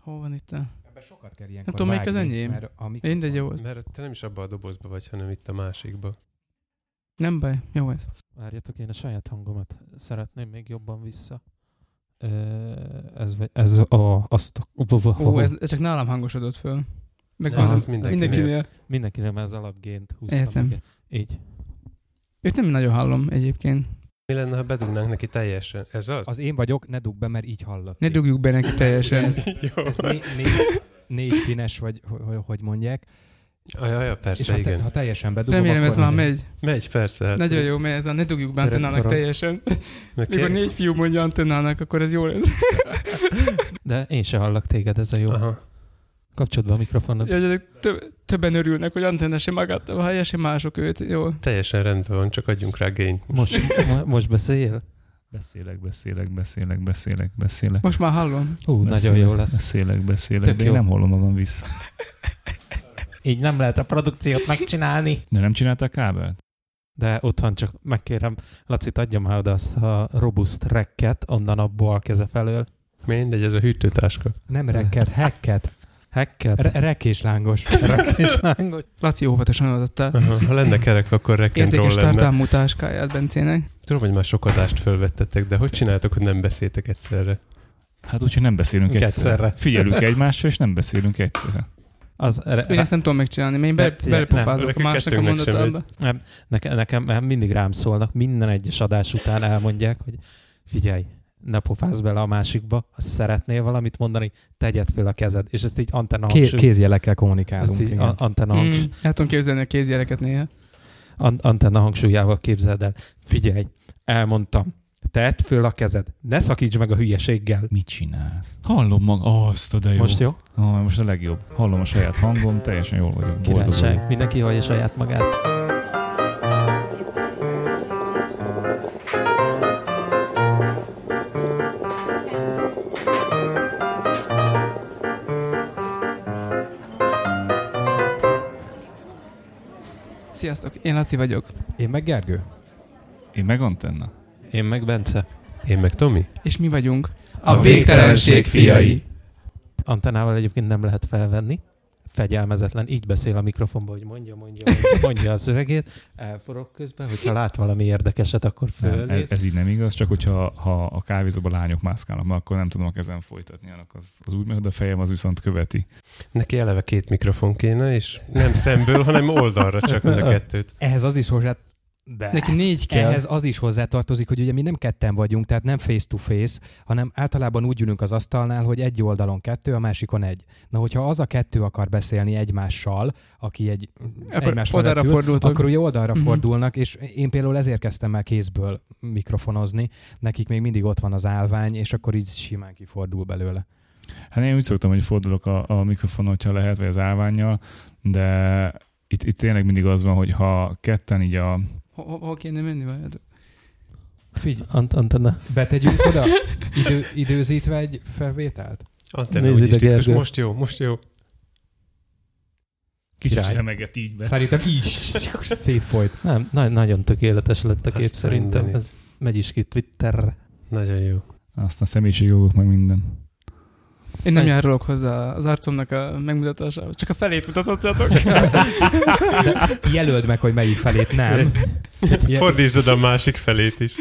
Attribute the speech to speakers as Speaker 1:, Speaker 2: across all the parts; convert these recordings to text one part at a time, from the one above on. Speaker 1: Hol van itt a...
Speaker 2: Ebben sokat kell ilyenkor
Speaker 1: tudom, melyik az
Speaker 2: vágni,
Speaker 1: enyém.
Speaker 2: mert amikor...
Speaker 1: Mindegy, jó ez.
Speaker 3: Mert te nem is abba a dobozba vagy, hanem itt a másikba.
Speaker 1: Nem baj, jó ez.
Speaker 4: Várjatok, én a saját hangomat szeretném még jobban vissza. Ö, Ez, vagy- ez a, azt a,
Speaker 1: Ó, ez, ez csak nálam hangosodott föl. Meg
Speaker 3: Nem,
Speaker 1: van
Speaker 3: az
Speaker 1: az
Speaker 3: mindenkinél.
Speaker 1: mindenkinél.
Speaker 4: mindenkinek már az alapgént húztam.
Speaker 1: Értem.
Speaker 4: ugye. Így.
Speaker 1: Őt nem nagyon hallom egyébként.
Speaker 3: Mi lenne, ha bedugnánk neki teljesen? Ez az?
Speaker 2: Az én vagyok, ne dugd be, mert így hallod.
Speaker 1: Ne dugjuk be neki teljesen.
Speaker 2: Ez,
Speaker 3: Jó.
Speaker 2: ez né, négy, négy pines, vagy ho- hogy mondják.
Speaker 3: Ajaj, ja,
Speaker 1: hát
Speaker 3: persze,
Speaker 2: és ha, te,
Speaker 3: igen.
Speaker 2: ha teljesen bedugom,
Speaker 1: Remélem ez
Speaker 2: akkor
Speaker 1: már
Speaker 2: igen.
Speaker 1: megy.
Speaker 3: Megy, persze. Hát,
Speaker 1: Nagyon jó, mert ez a ne dugjuk be
Speaker 4: Terem
Speaker 1: antennának
Speaker 4: forog.
Speaker 1: teljesen.
Speaker 3: Mert
Speaker 1: Mikor
Speaker 3: kér-
Speaker 1: négy fiú mondja antennának, akkor ez jó lesz.
Speaker 4: De én se hallak téged, ez a jó.
Speaker 3: Aha.
Speaker 4: Kapcsold be a mikrofonod.
Speaker 1: Ja, ugye, több, többen örülnek, hogy antenna sem magát, hallja sem mások őt. Jó.
Speaker 3: Teljesen rendben van, csak adjunk rá gényt.
Speaker 4: Most, mo- most beszéljél?
Speaker 5: Beszélek, beszélek, beszélek, beszélek, beszélek.
Speaker 1: Most már hallom.
Speaker 4: Ú,
Speaker 5: Beszélek,
Speaker 4: nagyon jó lesz.
Speaker 5: Beszélek, beszélek,
Speaker 4: Tök
Speaker 5: de
Speaker 4: jó.
Speaker 5: én nem hallom magam vissza.
Speaker 4: Így nem lehet a produkciót megcsinálni.
Speaker 5: De nem csinálták kábelt?
Speaker 4: De otthon csak megkérem, Lacit adja már oda azt a robust rekket, onnan a bal keze felől.
Speaker 3: Mindegy, ez a hűtőtáska.
Speaker 2: Nem rekket, hekket.
Speaker 4: Hacket?
Speaker 2: Re- rekéslángos.
Speaker 4: Rekés lángos.
Speaker 1: Laci óvatosan adatta.
Speaker 3: Aha. Ha lenne kerek, akkor rekendról
Speaker 1: Értékes
Speaker 3: lenne.
Speaker 1: tartalmú táskáját Bencének.
Speaker 3: Tudom, hogy már sok adást fölvettetek, de hogy csináltok, hogy nem beszéltek egyszerre?
Speaker 5: Hát úgyhogy nem beszélünk
Speaker 4: Egyszerre.
Speaker 5: egyszerre. Figyelünk egymásra, és nem beszélünk egyszerre.
Speaker 4: Az,
Speaker 1: Én
Speaker 4: re,
Speaker 1: ezt nem tudom megcsinálni, mert én
Speaker 4: Ne,
Speaker 1: be,
Speaker 4: figyelj,
Speaker 1: belepofázok a
Speaker 3: nem.
Speaker 1: másnak a
Speaker 3: Nekünk kettőnknek
Speaker 1: mondatába.
Speaker 4: nekem, nekem mindig rám szólnak, minden egyes adás után elmondják, hogy figyelj, ne pofázz bele a másikba, ha szeretnél valamit mondani, tegyed fel a kezed. És ezt így antenna
Speaker 2: Ké-
Speaker 4: hangsúly.
Speaker 2: kézjelekkel
Speaker 4: ezt
Speaker 2: kommunikálunk.
Speaker 4: így
Speaker 2: igen.
Speaker 4: a- antenna, hangs,
Speaker 1: Mm, el tudom képzelni a kézjeleket néha.
Speaker 4: an- antenna hangsúlyával képzeld el. Figyelj, elmondtam, tedd föl a kezed, ne szakíts meg a hülyeséggel.
Speaker 5: Mit csinálsz? Hallom mag azt a de jó.
Speaker 4: Most jó?
Speaker 5: Ah, most a legjobb. Hallom a saját hangom, teljesen jól vagyok. Boldog vagyok.
Speaker 4: Királyság. Mindenki hallja saját magát.
Speaker 1: Sziasztok, én Laci vagyok.
Speaker 2: Én meg Gergő.
Speaker 5: Én meg antenna.
Speaker 4: Én meg Bence.
Speaker 3: Én meg Tomi?
Speaker 1: És mi vagyunk
Speaker 4: A végtelenség fiai. Antennával egyébként nem lehet felvenni. Fegyelmezetlen, így beszél a mikrofonba, hogy mondja, mondja, mondja, mondja a szövegét, elforog közben, hogyha lát valami érdekeset, akkor
Speaker 5: Nem,
Speaker 4: fölnéz.
Speaker 5: ez, ez, így nem igaz, csak hogyha ha a kávézóban lányok mászkálnak, mert akkor nem tudom a kezem folytatni, annak az, az úgy megy, de a fejem az viszont követi.
Speaker 3: Neki eleve két mikrofon kéne, és nem szemből, hanem oldalra csak mind a kettőt.
Speaker 2: Ehhez az is hozzá... De.
Speaker 1: Neki négy kell.
Speaker 2: Ehhez az is hozzátartozik, hogy ugye mi nem ketten vagyunk, tehát nem face to face, hanem általában úgy ülünk az asztalnál, hogy egy oldalon kettő, a másikon egy. Na, hogyha az a kettő akar beszélni egymással, aki egy
Speaker 1: Akkor
Speaker 2: egymás
Speaker 1: odára
Speaker 2: mellett ül,
Speaker 1: fordultok.
Speaker 2: akkor ugye oldalra
Speaker 1: Mhm.
Speaker 2: fordulnak, és én például ezért kezdtem el kézből mikrofonozni, nekik még mindig ott van az állvány, és akkor így simán kifordul belőle.
Speaker 5: Hát én úgy szoktam, hogy fordulok a, a mikrofon, hogyha lehet, vagy az állványjal, de itt, itt tényleg mindig az van, hogy ha ketten így a...
Speaker 1: Ho- ho- Hol kéne menni? várjátok?
Speaker 2: Figy,
Speaker 4: Ant- Antenna.
Speaker 2: betegyünk oda idő, időzítve egy felvételt?
Speaker 3: Antenna
Speaker 4: Nézd
Speaker 3: úgyis
Speaker 4: ide,
Speaker 3: titkos.
Speaker 4: Gergő.
Speaker 3: Most jó, most jó.
Speaker 4: Király.
Speaker 5: remeget így be.
Speaker 2: Szerintem így szétfolyt.
Speaker 4: Nem, na- nagyon tökéletes lett a
Speaker 3: Azt
Speaker 4: kép szerintem.
Speaker 3: mindenit.
Speaker 4: Ez megy is ki Twitterre.
Speaker 3: Nagyon jó.
Speaker 5: Aztán személyiségjogok, meg minden.
Speaker 1: Én nem
Speaker 4: Egy-
Speaker 1: járulok hozzá az arcomnak a megmutatásához. Csak a felét mutatottátok.
Speaker 2: De jelöld meg, hogy melyik felét nem. Ilyen-
Speaker 3: Fordítsd oda a másik felét is.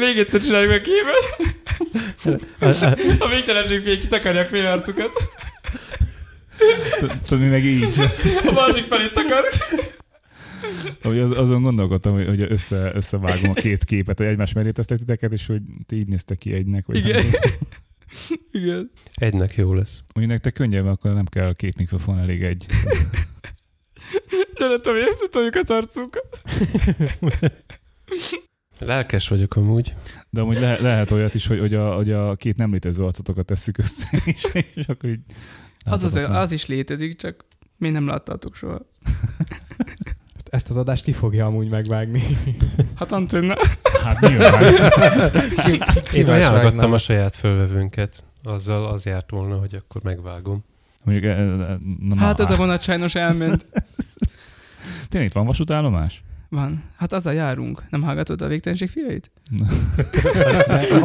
Speaker 1: Még egyszer csináljuk meg a képet.
Speaker 4: A- a-
Speaker 1: A végtelenség fél kitakarják fél arcukat.
Speaker 5: Tudni meg így.
Speaker 1: A másik felét takar.
Speaker 5: Hogy az, azon gondolkodtam, hogy, hogy össze, összevágom a két képet, hogy egymás mellé tesztek titeket, és hogy ti így néztek ki egynek. Vagy
Speaker 1: Igen.
Speaker 5: Nem, tudom.
Speaker 1: Igen.
Speaker 3: Egynek jó lesz.
Speaker 5: Mondjuk nektek könnyebb, mert akkor nem kell két mikrofon, elég egy.
Speaker 1: De nem tudom, hogy összetoljuk az arcunkat.
Speaker 3: Lelkes vagyok amúgy.
Speaker 5: De amúgy le, lehet olyat is, hogy, hogy, a, hogy a két nem létező arcotokat tesszük össze, és, és akkor így...
Speaker 1: Az, az,
Speaker 5: láthatatlan.
Speaker 1: az is létezik, csak mi nem láttátok soha.
Speaker 2: Ezt az adást ki fogja amúgy megvágni.
Speaker 1: Hát Antenna.
Speaker 5: Hát nyilván.
Speaker 3: Én
Speaker 4: Írás
Speaker 3: ajánlottam
Speaker 4: vágnám.
Speaker 3: a saját fölvevőnket. Azzal az járt volna, hogy akkor megvágom.
Speaker 5: Mondjuk, eh, eh, na, na,
Speaker 1: Hát ez a vonat sajnos elment.
Speaker 5: Tényleg itt van vasútállomás?
Speaker 1: Van. Hát azzal járunk. Nem hallgatod a végtelenség fiait?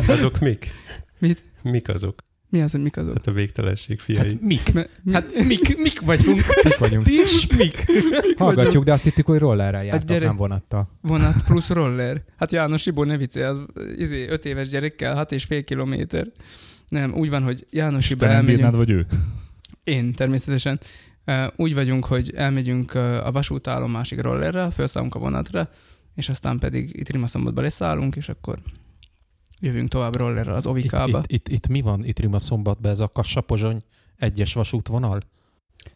Speaker 3: Azok mik?
Speaker 1: Mit?
Speaker 3: Mik azok?
Speaker 1: Mi az, hogy mik azok?
Speaker 3: Hát a végtelenség fiai.
Speaker 4: Hát mik?
Speaker 1: Hát,
Speaker 4: Hát mik, mik vagyunk?
Speaker 2: Mik vagyunk?
Speaker 4: Ti is mik?
Speaker 2: Hallgatjuk, de azt hittük, hogy rollerrel jártak,
Speaker 1: gyere.
Speaker 2: nem vonattal.
Speaker 1: Vonat plusz roller. Hát János Ibó ne vicce, az izé, öt éves gyerekkel, hat és fél kilométer. Nem, úgy van, hogy János
Speaker 5: Te
Speaker 1: Ibó
Speaker 5: nem bírnád,
Speaker 1: elmegyünk.
Speaker 5: vagy ő?
Speaker 1: Én természetesen. Ö, Úgy vagyunk, hogy elmegyünk ö, a vasútállomásig rollerre, felszállunk a vonatra, és aztán pedig itt Rimaszombatba leszállunk, és akkor jövünk tovább rollerrel az
Speaker 4: Itt,
Speaker 1: Ovikába.
Speaker 4: itt, itt, itt, mi van? Itt Rima szombatban ez a Kassapozsony egyes vasútvonal?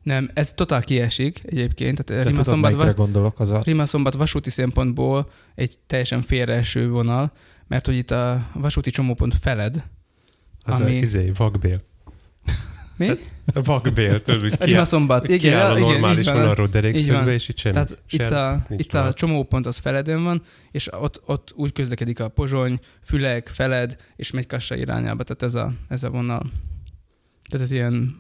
Speaker 1: Nem, ez totál kiesik egyébként. Tehát
Speaker 4: Te
Speaker 1: Rima
Speaker 4: tudod,
Speaker 1: szombat,
Speaker 4: melyikre
Speaker 1: va-
Speaker 4: gondolok? Az a
Speaker 1: Rima szombat vasúti szempontból egy teljesen félreeső vonal, mert hogy itt a vasúti csomópont feled.
Speaker 3: Az
Speaker 1: Hát, Ami-
Speaker 3: a izé, vakbél. Hát,
Speaker 1: Mi?
Speaker 3: A vakbél, tudod, hogy
Speaker 1: Rima
Speaker 3: kiáll,
Speaker 1: szombat,
Speaker 3: hogy
Speaker 1: igen,
Speaker 3: kiáll a
Speaker 1: igen,
Speaker 3: normális
Speaker 1: így van.
Speaker 3: vonalról
Speaker 1: Így
Speaker 3: derékszögbe,
Speaker 1: van.
Speaker 3: és itt semmi.
Speaker 1: Tehát itt, a,
Speaker 3: nincs
Speaker 1: itt a
Speaker 3: vonat.
Speaker 1: csomópont az Feleden van, és ott, ott úgy közlekedik a Pozsony, Fülek, Feled, és megy Kassa irányába, tehát ez a, ez a vonal. Tehát ez ilyen,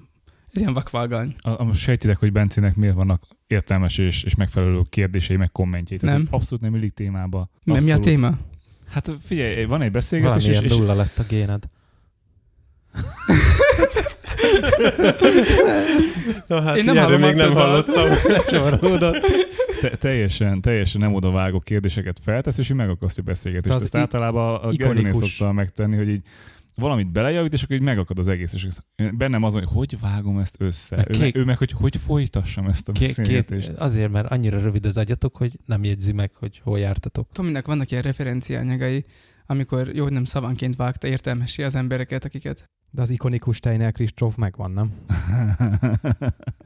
Speaker 1: ez ilyen vakvágány.
Speaker 5: A, a sejtitek, hogy Bencének miért vannak értelmes és, és megfelelő kérdései, meg kommentjei. Tehát
Speaker 1: Nem.
Speaker 5: Abszolút nem illik témába.
Speaker 1: Nem mi a
Speaker 5: Abszolút.
Speaker 1: téma?
Speaker 5: Hát figyelj, van egy beszélgetés, és,
Speaker 4: valamiért
Speaker 5: és
Speaker 4: nulla lett a géned.
Speaker 3: Na hát,
Speaker 1: Én nem
Speaker 3: ilyenről még nem
Speaker 1: hallom a
Speaker 3: hallottam. Lecsavarulod.
Speaker 5: te, teljesen, teljesen nem odavágó kérdéseket feltesz, és így megakasztja a beszélgetést.
Speaker 2: Az
Speaker 5: Ezt
Speaker 2: i-
Speaker 5: általában a
Speaker 2: ikonikus.
Speaker 5: Gergőnél szokta megtenni, hogy így valamit belejavít, és akkor így megakad az egész. És ez- bennem az, van, hogy hogy vágom ezt össze.
Speaker 4: Meg
Speaker 5: Ő, meg,
Speaker 4: kék-
Speaker 5: ő meg, hogy hogy folytassam ezt a
Speaker 4: Ké- két,
Speaker 5: beszélgetést.
Speaker 4: azért, mert annyira rövid az agyatok, hogy nem jegyzi meg, hogy hol jártatok.
Speaker 1: Tominek vannak ilyen referenciányagai, amikor jó, hogy nem szavanként vágta értelmesi az embereket, akiket.
Speaker 2: De az ikonikus Steiner Kristóf megvan, nem?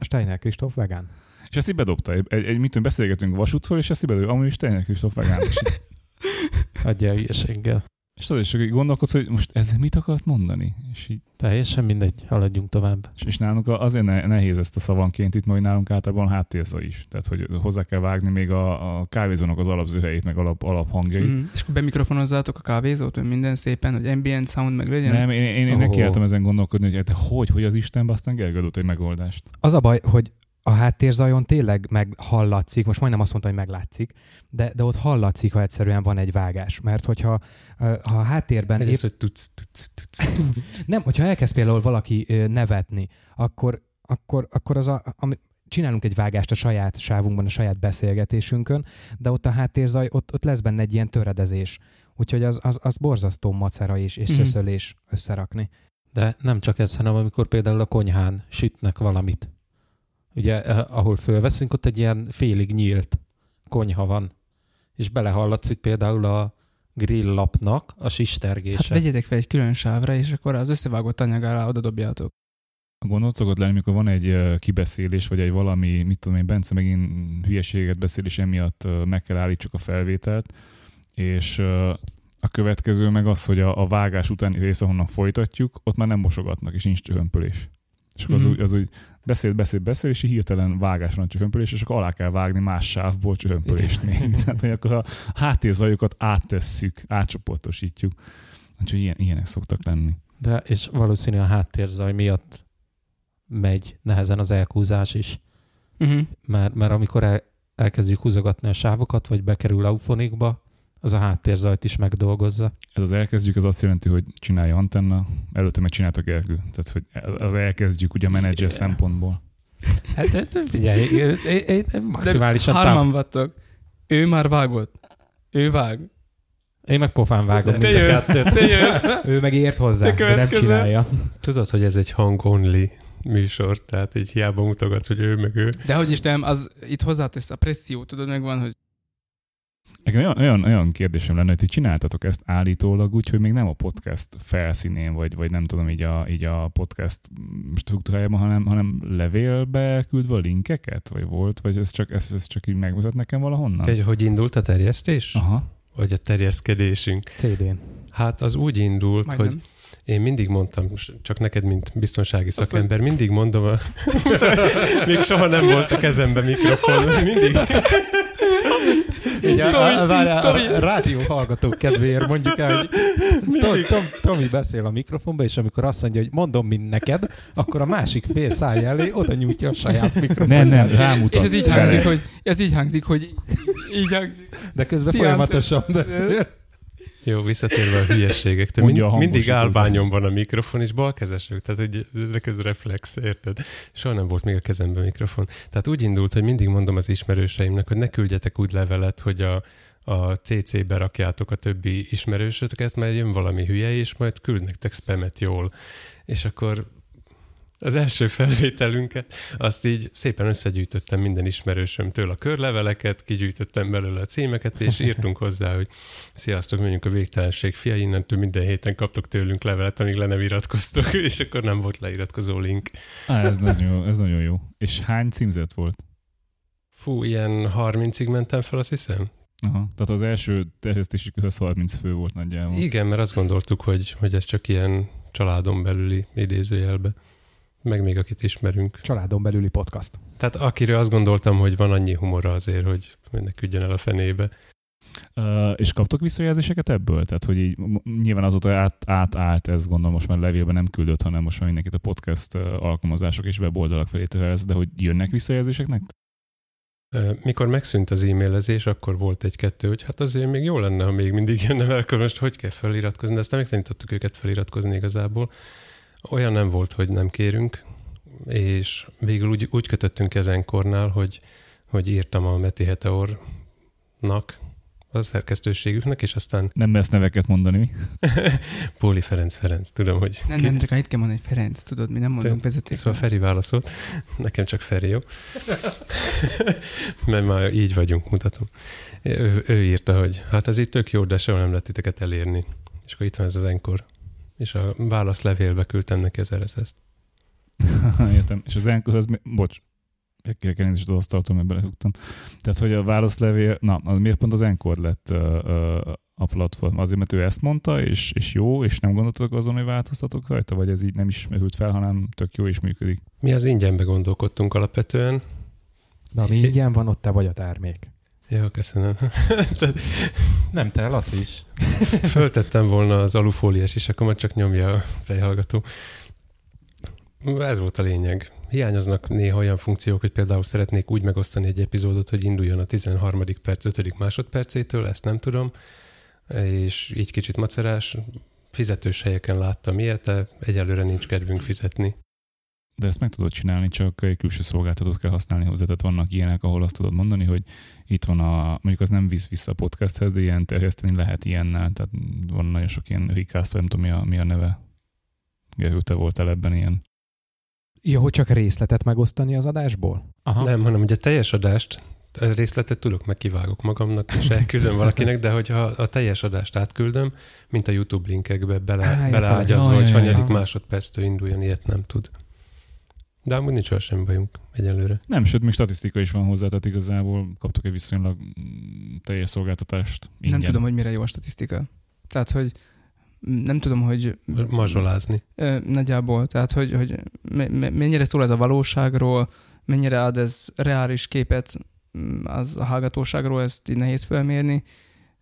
Speaker 2: Steiner Kristóf vegán.
Speaker 5: és ezt így bedobta. Egy, egy, mit tudom, beszélgetünk vasútról, és ezt így bedobja. Amúgy is teljesen Kristóf vegán. És
Speaker 4: Adja a hülyeséggel.
Speaker 5: És tudod, és akkor így gondolkodsz, hogy most ezzel mit akart mondani? És, így,
Speaker 4: Teljesen mindegy, haladjunk tovább.
Speaker 5: és, és nálunk a- azért ne, nehéz ezt a szavanként itt, mert hogy nálunk általában háttérza is. Tehát, hogy hozzá kell vágni még a, a kávézónak az alapzőhelyét, meg alap, alaphangjait. Mm.
Speaker 1: Mm. És akkor bemikrofonozzátok a kávézót, meg minden szépen, hogy ambient sound meg legyen.
Speaker 5: Nem, én, én, én oh.
Speaker 4: Ó.
Speaker 5: nekiálltam ezen gondolkodni, hogy hát de hogy, hogy az Istenbe, aztán Gergő adott egy megoldást.
Speaker 2: Az a baj, hogy a háttérzajon tényleg meghallatszik, most majdnem azt mondtam, hogy meglátszik, de, de ott hallatszik, ha egyszerűen van egy vágás. Mert hogyha ö, ha a háttérben épp,
Speaker 3: Ez, hogy tudsz, tudsz, tudsz, tudsz, tudsz.
Speaker 2: nem, hogyha elkezd például valaki ö, nevetni, akkor, akkor, akkor az a, ami, csinálunk egy vágást a saját sávunkban, a saját beszélgetésünkön, de ott a háttérzaj, ott, ott lesz benne egy ilyen töredezés. Úgyhogy az, az, az borzasztó macera és, és
Speaker 1: Mhm.
Speaker 2: szöszölés összerakni.
Speaker 4: De nem csak ez, hanem amikor például a konyhán sütnek valamit. Ugye, eh, ahol fölveszünk, ott egy ilyen félig nyílt konyha van. És belehallatszik például a grill lapnak a
Speaker 1: hát
Speaker 4: sistergése.
Speaker 1: vegyetek fel egy külön sávra, és akkor az összevágott anyag alá oda dobjátok.
Speaker 5: A gondolat szokott lenni, amikor van egy ö, kibeszélés, vagy egy valami, mit tudom én, Bence megint hülyeséget beszél, és emiatt ö, meg kell állítsuk a felvételt, és ö, a következő meg az, hogy a, a vágás utáni része, ahonnan folytatjuk, ott már nem mosogatnak, és nincs csömpölés. És akkor az,
Speaker 1: Mhm.
Speaker 5: úgy, az úgy beszél, beszél, beszél, és így hirtelen vágásra van csömpölés, és akkor alá kell vágni más sávból csömpölést még. Tehát, hogy akkor a háttérzajokat áttesszük, átcsoportosítjuk. Úgyhogy ilyen, ilyenek szoktak lenni.
Speaker 4: De, és valószínű a háttérzaj miatt megy nehezen az elkúzás is.
Speaker 1: Uh-huh.
Speaker 4: mert, mert amikor el, elkezdjük húzogatni a sávokat, vagy bekerül eufonikba, az a háttérzajt is megdolgozza.
Speaker 5: Ez az elkezdjük, az azt jelenti, hogy csinálja antenna, előtte meg csinálta Gergő. Tehát, hogy az elkezdjük ugye a menedzser
Speaker 4: Yeah.
Speaker 5: szempontból.
Speaker 4: Hát hát, figyelj, én, én, én maximálisan tám-
Speaker 1: Hárman vattok. Ő már vágott. Ő vág.
Speaker 4: Én meg pofán vágom
Speaker 1: Te
Speaker 4: mind a
Speaker 1: jössz,
Speaker 4: kettőt.
Speaker 1: te jössz.
Speaker 2: Ő meg ért hozzá,
Speaker 1: Te
Speaker 2: de nem
Speaker 1: következő.
Speaker 2: csinálja.
Speaker 3: Tudod, hogy ez egy hang-only műsor, tehát így hiába mutogatsz, hogy ő meg ő.
Speaker 1: De hogy is nem, az itt hozzátesz a presszió, tudod, megvan, hogy
Speaker 5: Nekem olyan, olyan, olyan kérdésem lenne, hogy ti csináltatok ezt állítólag úgy, hogy még nem a podcast felszínén, vagy, vagy nem tudom, így a, így a podcast struktúrájában, hanem, hanem levélbe küldve linkeket, vagy volt, vagy ez csak, ez, ez csak így megmutat nekem valahonnan?
Speaker 3: Egy, hogy indult a terjesztés?
Speaker 5: Aha.
Speaker 3: Vagy a terjeszkedésünk?
Speaker 2: CD-n.
Speaker 3: Hát az úgy indult, hogy
Speaker 1: majdnem.
Speaker 3: Én mindig mondtam, most csak neked, mint biztonsági szakember, mindig mondom, a... még soha nem volt a kezemben mikrofon, mindig.
Speaker 4: Így a,
Speaker 1: Tomi,
Speaker 4: a, a, a,
Speaker 1: Tomi.
Speaker 4: a rádió hallgatók kedvéért mondjuk el, hogy Tom, Tom, Tomi beszél a mikrofonba, és amikor azt mondja, hogy mondom, mint neked, akkor a másik fél száj elé oda nyújtja a saját mikrofonját.
Speaker 5: Nem, nem, rámutat.
Speaker 1: És ez így
Speaker 5: Vele.
Speaker 1: hangzik, hogy ez így hangzik, hogy így hangzik.
Speaker 4: De közben
Speaker 1: Szia,
Speaker 4: folyamatosan
Speaker 1: Ante.
Speaker 4: beszél.
Speaker 3: Jó, visszatérve a hülyeségektől.
Speaker 5: Mondja
Speaker 3: Mind,
Speaker 5: a hangos
Speaker 3: mindig
Speaker 5: utolsó.
Speaker 3: álványom van a mikrofon, és balkezesek, tehát egy ezek ez reflex, érted? Soha nem volt még a kezemben mikrofon. Tehát úgy indult, hogy mindig mondom az ismerőseimnek, hogy ne küldjetek úgy levelet, hogy a, a CC-be rakjátok a többi ismerősötöket, mert jön valami hülye, és majd küld nektek spamet jól. És akkor az első felvételünket, azt így szépen összegyűjtöttem minden ismerősömtől a körleveleket, kigyűjtöttem belőle a címeket, és írtunk hozzá, hogy Sziasztok, mondjuk a végtelenség fia, innentől minden héten kaptok tőlünk levelet, amíg le nem iratkoztok, és akkor nem volt leiratkozó link.
Speaker 5: Á, ez, nagyon jó, ez nagyon jó. És hány címzet volt?
Speaker 3: Fú, ilyen 30-ig mentem fel, azt hiszem.
Speaker 5: Aha. Tehát az első terjesztési köz 30 fő volt nagyjából.
Speaker 3: Igen, mert azt gondoltuk, hogy, hogy ez csak ilyen családon belüli idézőjelbe. Meg még akit ismerünk.
Speaker 2: Családon belüli podcast.
Speaker 3: Tehát akire azt gondoltam, hogy van annyi humora azért, hogy ne küldjen el a fenébe.
Speaker 5: Ö, és kaptok visszajelzéseket ebből? Tehát, hogy így m- nyilván azóta át, átállt ez, gondolom most már levélben nem küldött, hanem most már mindenkit a podcast ö, alkalmazások és weboldalak felé terelsz, de hogy jönnek visszajelzések nektek?
Speaker 3: Ö, Mikor megszűnt az e-mailezés, akkor volt egy-kettő, hogy hát azért még jó lenne, ha még mindig jönne el, akkor most hogy kell feliratkozni, de aztán megtanítottuk őket feliratkozni igazából. Olyan nem volt, hogy nem kérünk, és végül úgy, úgy kötöttünk ezenkornál, hogy, hogy írtam a Meti Heteornak, a szerkesztőségüknek, és aztán
Speaker 5: Nem lesz neveket mondani, mi?
Speaker 3: Póli Ferenc Ferenc, tudom, hogy
Speaker 1: Nem,
Speaker 3: ki-
Speaker 1: nem, csak itt kell mondani, hogy Ferenc, tudod, mi nem mondunk vezeték.
Speaker 3: Szóval Feri válaszolt. Nekem csak Feri, jó? Mert már így vagyunk, mutatom. Ő, ő írta, hogy hát ez itt tök jó, de soha nem lehet titeket elérni. És akkor itt van ez az enkor. És a válaszlevélbe küldtem neki az RSS-t.
Speaker 5: Értem. És az enkor az, mi- bocs, Kérek elnézést az asztaltól, mert beleszoktam. Tehát, hogy a válaszlevél, na, az miért pont az enkor lett ö, ö, a platform? Azért, mert ő ezt mondta, és, és jó, és nem gondoltatok azon, hogy változtatok rajta, vagy ez így nem is merült fel, hanem tök jó és működik.
Speaker 3: Mi az ingyenbe gondolkodtunk alapvetően.
Speaker 2: Na, mi ingyen van, ott te vagy a tármék.
Speaker 3: Jó, köszönöm. Tehát
Speaker 4: Nem te, Laci is.
Speaker 3: Föltettem volna az alufóliás is, akkor majd csak nyomja a fejhallgató. Ez volt a lényeg. Hiányoznak néha olyan funkciók, hogy például szeretnék úgy megosztani egy epizódot, hogy induljon a 13. perc 5. másodpercétől, ezt nem tudom, és így kicsit macerás. Fizetős helyeken láttam ilyet, de egyelőre nincs kedvünk fizetni.
Speaker 5: De ezt meg tudod csinálni, csak egy külső szolgáltatót kell használni hozzá. Tehát vannak ilyenek, ahol azt tudod mondani, hogy itt van a, mondjuk az nem visz vissza a podcasthez, de ilyen terjeszteni lehet ilyennel. Tehát van nagyon sok ilyen rikásztor, nem tudom mi a, mi a neve. Gerő, te voltál ebben ilyen.
Speaker 2: Ja, hogy csak részletet megosztani az adásból?
Speaker 4: Aha.
Speaker 3: Nem, hanem ugye a teljes adást, a részletet tudok, megkivágok magamnak, és elküldöm valakinek, de hogyha a teljes adást átküldöm, mint a YouTube linkekbe bele,
Speaker 2: Á, értem.
Speaker 3: beleágyazva,
Speaker 5: Jaj,
Speaker 3: hogy
Speaker 5: jaj,
Speaker 3: hanyadik
Speaker 2: jaj.
Speaker 3: másodperctől induljon, ilyet nem tud. De amúgy nincs olyan semmi bajunk egyelőre.
Speaker 5: Nem, sőt, még statisztika is van hozzá, tehát igazából kaptok egy viszonylag mm, teljes szolgáltatást. Ingyen.
Speaker 1: Nem tudom, hogy mire jó a statisztika. Tehát, hogy nem tudom, hogy
Speaker 3: Mazsolázni.
Speaker 1: Ö, Nagyjából, tehát hogy, hogy me- me- mennyire szól ez a valóságról, mennyire ad ez reális képet mm, az a hallgatóságról, ezt így nehéz felmérni,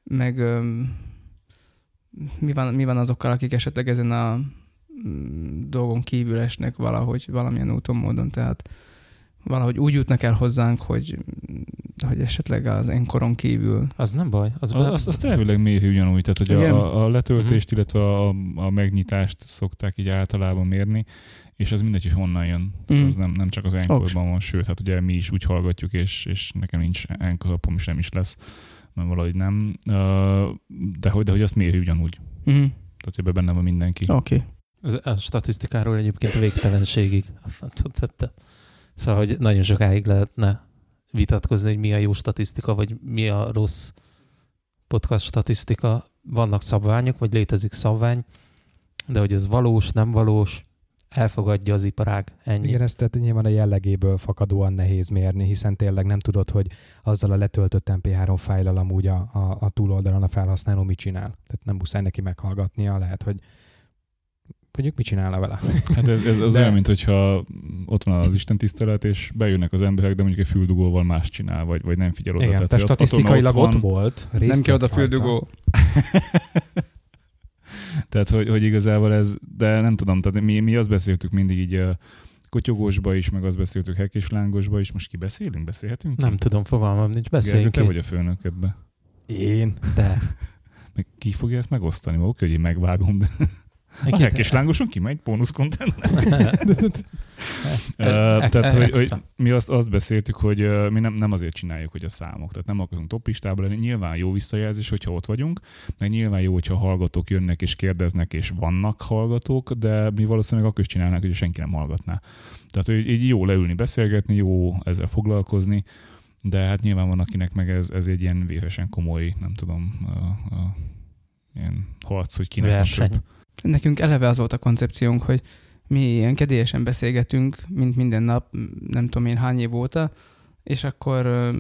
Speaker 1: meg öm, mi van, mi van azokkal, akik esetleg ezen a mm, dolgon kívül esnek valahogy, valamilyen úton, módon, tehát valahogy úgy jutnak el hozzánk, hogy, hogy esetleg az én koron kívül
Speaker 4: Az nem baj. Az,
Speaker 5: Az, azt, azt elvileg méri ugyanúgy, tehát hogy
Speaker 1: Igen?
Speaker 5: a, a- a letöltést,
Speaker 4: Mhm.
Speaker 5: illetve a, a megnyitást szokták így általában mérni, és az mindegy, hogy honnan jön. Tehát
Speaker 1: Mm.
Speaker 2: Mhm.
Speaker 5: az nem, nem csak az enkorban van, sőt, hát ugye mi is úgy hallgatjuk, és, és nekem nincs enkorapom, és nem is lesz, mert valahogy nem. Ö, De hogy, de hogy azt méri ugyanúgy.
Speaker 1: mm,
Speaker 5: Tehát ebben benne van mindenki.
Speaker 1: oké. Okay.
Speaker 4: Az- A statisztikáról egyébként végtelenségig. Azt nem tudtad. Szóval, hogy nagyon sokáig lehetne vitatkozni, hogy mi a jó statisztika, vagy mi a rossz podcast statisztika. Vannak szabványok, vagy létezik szabvány, de hogy ez valós, nem valós, elfogadja az iparág. Ennyi.
Speaker 2: Igen, ezt tehát nyilván a jellegéből fakadóan nehéz mérni, hiszen tényleg nem tudod, hogy azzal a letöltött MP3 fájlal amúgy a, a, a túloldalon a felhasználó mit csinál. Tehát nem muszáj neki meghallgatnia, lehet, hogy mondjuk mit csinálna vele.
Speaker 5: Hát ez, ez az
Speaker 2: De-
Speaker 5: olyan, mint hogyha ott van az Isten tisztelet, és bejönnek az emberek, de mondjuk egy füldugóval más csinál, vagy, vagy nem figyel oda.
Speaker 2: Igen, tehát
Speaker 5: hogy attól, mert
Speaker 2: statisztikailag ott,
Speaker 5: van,
Speaker 2: volt. részt
Speaker 1: Nem kell
Speaker 2: vett
Speaker 1: oda
Speaker 2: rajta.
Speaker 1: füldugó.
Speaker 5: Tehát, hogy, hogy igazából ez, de nem tudom, tehát mi, mi azt beszéltük mindig így ö, kotyogósba is, meg azt beszéltük hekés lángosba is, most kibeszélünk, beszélhetünk?
Speaker 4: Nem tudom, fogalmam nincs,
Speaker 5: Gergő,
Speaker 4: beszéljünk
Speaker 5: te
Speaker 4: ki.
Speaker 5: vagy a főnök ebbe.
Speaker 2: Én.
Speaker 4: De
Speaker 5: meg ki fogja ezt megosztani? Oké, okay, hogy én megvágom, de a
Speaker 4: Neki-
Speaker 5: lelkes lángoson kimegy, bónusz content. Ö,
Speaker 4: Ex-
Speaker 5: E, tehát, hogy, hogy
Speaker 4: e- extra.
Speaker 5: mi azt, azt beszéltük, hogy ö, mi nem, nem azért csináljuk, hogy a számok, tehát nem akarunk toplistában lenni. Nyilván jó visszajelzés, hogyha ott vagyunk, meg nyilván jó, hogyha hallgatók jönnek és kérdeznek, és vannak hallgatók, de mi valószínűleg akkor is csinálnánk, hogy senki nem hallgatná. Tehát, hogy így jó leülni, beszélgetni, jó ezzel foglalkozni, de hát nyilván van, akinek meg ez, ez egy ilyen vévesen komoly, nem tudom, ö, ö, ilyen harc, hogy kinek van
Speaker 4: Verseny.
Speaker 5: több.
Speaker 1: Nekünk eleve az volt a koncepciónk, hogy mi ilyen kedélyesen beszélgetünk, mint minden nap, nem tudom én hány év óta, és akkor ö,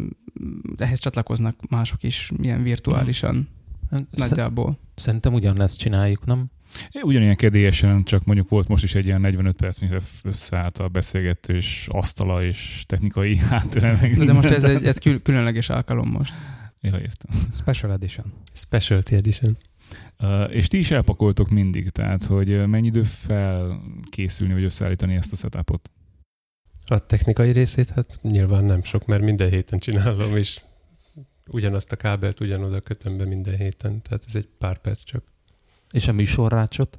Speaker 1: ehhez csatlakoznak mások is, ilyen virtuálisan,
Speaker 4: Szer-
Speaker 1: nagyjából.
Speaker 4: Szerintem ugyanezt csináljuk, nem?
Speaker 5: Én Ugyanilyen kedélyesen, csak mondjuk volt most is egy ilyen 45 perc, mire összeállt a beszélgetés asztala és technikai háttere. meg
Speaker 1: De most
Speaker 5: minden.
Speaker 1: ez, egy, ez kül- különleges alkalom most.
Speaker 5: Ja, értem.
Speaker 2: Special Edition.
Speaker 3: Specialty Edition.
Speaker 5: Uh, és ti is elpakoltok mindig, tehát hogy ö, mennyi idő felkészülni, vagy összeállítani ezt a setupot?
Speaker 3: A technikai részét hát nyilván nem sok, mert minden héten csinálom, és ugyanazt a kábelt ugyanoda kötöm be minden héten, tehát ez egy pár perc csak.
Speaker 4: És a műsorrácsot?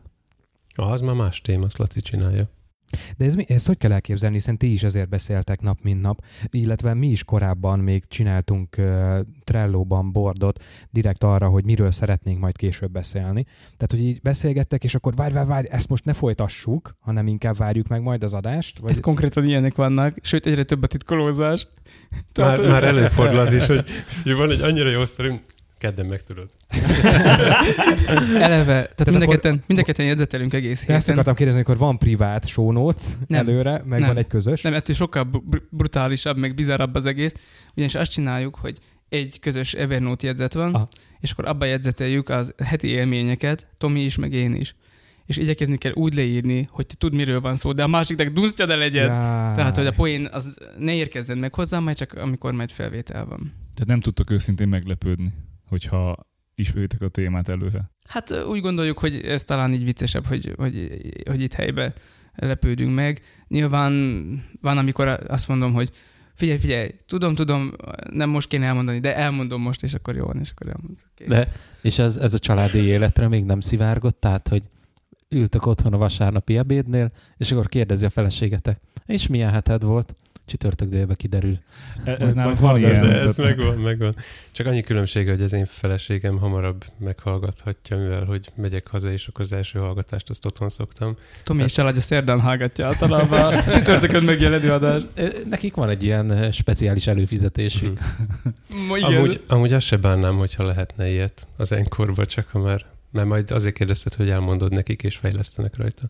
Speaker 3: Ah, az már más téma, azt Laci csinálja.
Speaker 2: De ez mi, ezt hogy kell elképzelni, hiszen ti is ezért beszéltek nap, mint nap, illetve mi is korábban még csináltunk uh, Trello-ban bordot direkt arra, hogy miről szeretnénk majd később beszélni. Tehát, hogy így beszélgettek, és akkor várj, várj, várj, ezt most ne folytassuk, hanem inkább várjuk meg majd az adást. Vagy...
Speaker 1: Ez konkrétan ilyenek vannak, sőt egyre több a titkolózás.
Speaker 3: Már, már előfordul az is, hogy hogy van egy annyira jó sztorim, kedden megtudod.
Speaker 1: Eleve, tehát
Speaker 2: akkor-
Speaker 1: mind a ketten- mind a ketten jegyzetelünk egész
Speaker 2: Ezt
Speaker 1: héten.
Speaker 2: akartam kérdezni, amikor van privát show notes
Speaker 1: Nem.
Speaker 2: előre, meg
Speaker 1: Nem.
Speaker 2: van egy közös.
Speaker 1: Nem, ettől sokkal br- brutálisabb, meg bizarabb az egész, ugyanis azt csináljuk, hogy egy közös Evernote jegyzet van,
Speaker 2: Aha.
Speaker 1: Aha. és akkor abba jegyzeteljük az heti élményeket, Tomi is, meg én is. És igyekezni kell úgy leírni, hogy te tudd, miről van szó, de a másiknak dunsztja ne legyen. Ja.
Speaker 2: Jaj.
Speaker 1: Tehát, hogy a poén az ne érkezzen meg hozzá, majd csak amikor majd felvétel van.
Speaker 5: Tehát nem tudtok őszintén meglepődni, hogyha ismeritek a témát előre.
Speaker 1: Hát ö, úgy gondoljuk, hogy ez talán így viccesebb, hogy, hogy, hogy itt helybe lepődünk meg. Nyilván van, amikor azt mondom, hogy figyelj, figyelj, tudom, tudom, nem most kéne elmondani, de elmondom most, és akkor jó van, és akkor elmondom. Kész.
Speaker 4: De- És ez, ez a családi életre még nem szivárgott, tehát, hogy ültök otthon a vasárnapi ebédnél, és akkor kérdezi a feleségetek, és milyen heted volt? Csütörtök délbe kiderül.
Speaker 5: E- Ez,
Speaker 3: Majd- majd
Speaker 5: nálunk van
Speaker 3: hallgass,
Speaker 5: ilyen.
Speaker 3: De ez
Speaker 5: tehát-
Speaker 3: megvan, megvan. Csak annyi különbség, hogy az én feleségem hamarabb meghallgathatja, mivel hogy megyek haza, és akkor az első hallgatást azt otthon szoktam.
Speaker 1: Tomi és családja szerdán hallgatja általában. Csütörtökön megjelenő adás.
Speaker 4: Ö, eh, Nekik van egy ilyen ö, speciális előfizetésük.
Speaker 1: Ma igen.
Speaker 3: Mm-hmm. Amúgy, amúgy azt se bánnám, hogyha lehetne ilyet az enkorba, csak ha már mert majd azért kérdezted, hogy elmondod nekik, és fejlesztenek rajta.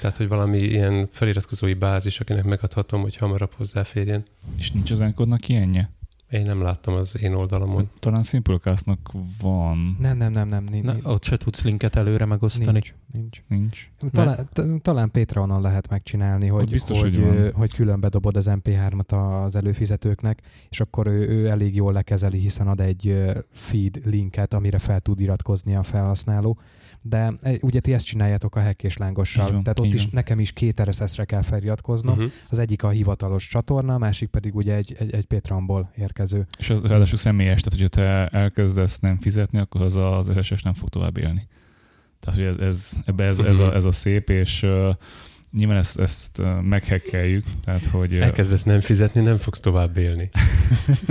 Speaker 3: Tehát, hogy valami ilyen feliratkozói bázis, akinek megadhatom, hogy hamarabb hozzáférjen.
Speaker 5: És nincs az enkodnak ilyenje?
Speaker 3: Én nem láttam az én oldalamon.
Speaker 5: Talán Simplecastnak van.
Speaker 2: Nem, nem, nem, nem, nincs.
Speaker 4: Na, ott se tudsz linket előre megosztani.
Speaker 2: nincs, nincs.
Speaker 5: Nincs.
Speaker 2: Talán, t- talán Patreonon lehet megcsinálni, hogy,
Speaker 5: Hát biztos,
Speaker 2: hogy,
Speaker 5: hogy van.
Speaker 2: ö, hogy külön bedobod az MP3-at az előfizetőknek, és akkor ő, ő elég jól lekezeli, hiszen ad egy ö, feed linket, amire fel tud iratkozni a felhasználó. De ö, ugye ti ezt csináljátok a hack és lángossal,
Speaker 5: Így van,
Speaker 2: tehát ott
Speaker 5: így
Speaker 2: is
Speaker 5: van. Mhm.
Speaker 2: nekem is két RSS-re kell feliratkoznom.
Speaker 3: Uh-huh.
Speaker 2: Az egyik a hivatalos csatorna, a másik pedig ugye egy, egy, egy Patreonból érkező.
Speaker 5: És az ráadásul személyes, tehát hogyha te elkezdesz nem fizetni, akkor az az RSS nem fog tovább élni. Tehát, hogy ez, ez, ebbe ez, ez, a, ez a szép, és uh, nyilván ezt, ezt uh, meghekkeljük, tehát, hogy... ö,
Speaker 3: Elkezdesz nem fizetni, nem fogsz tovább élni.
Speaker 5: Hát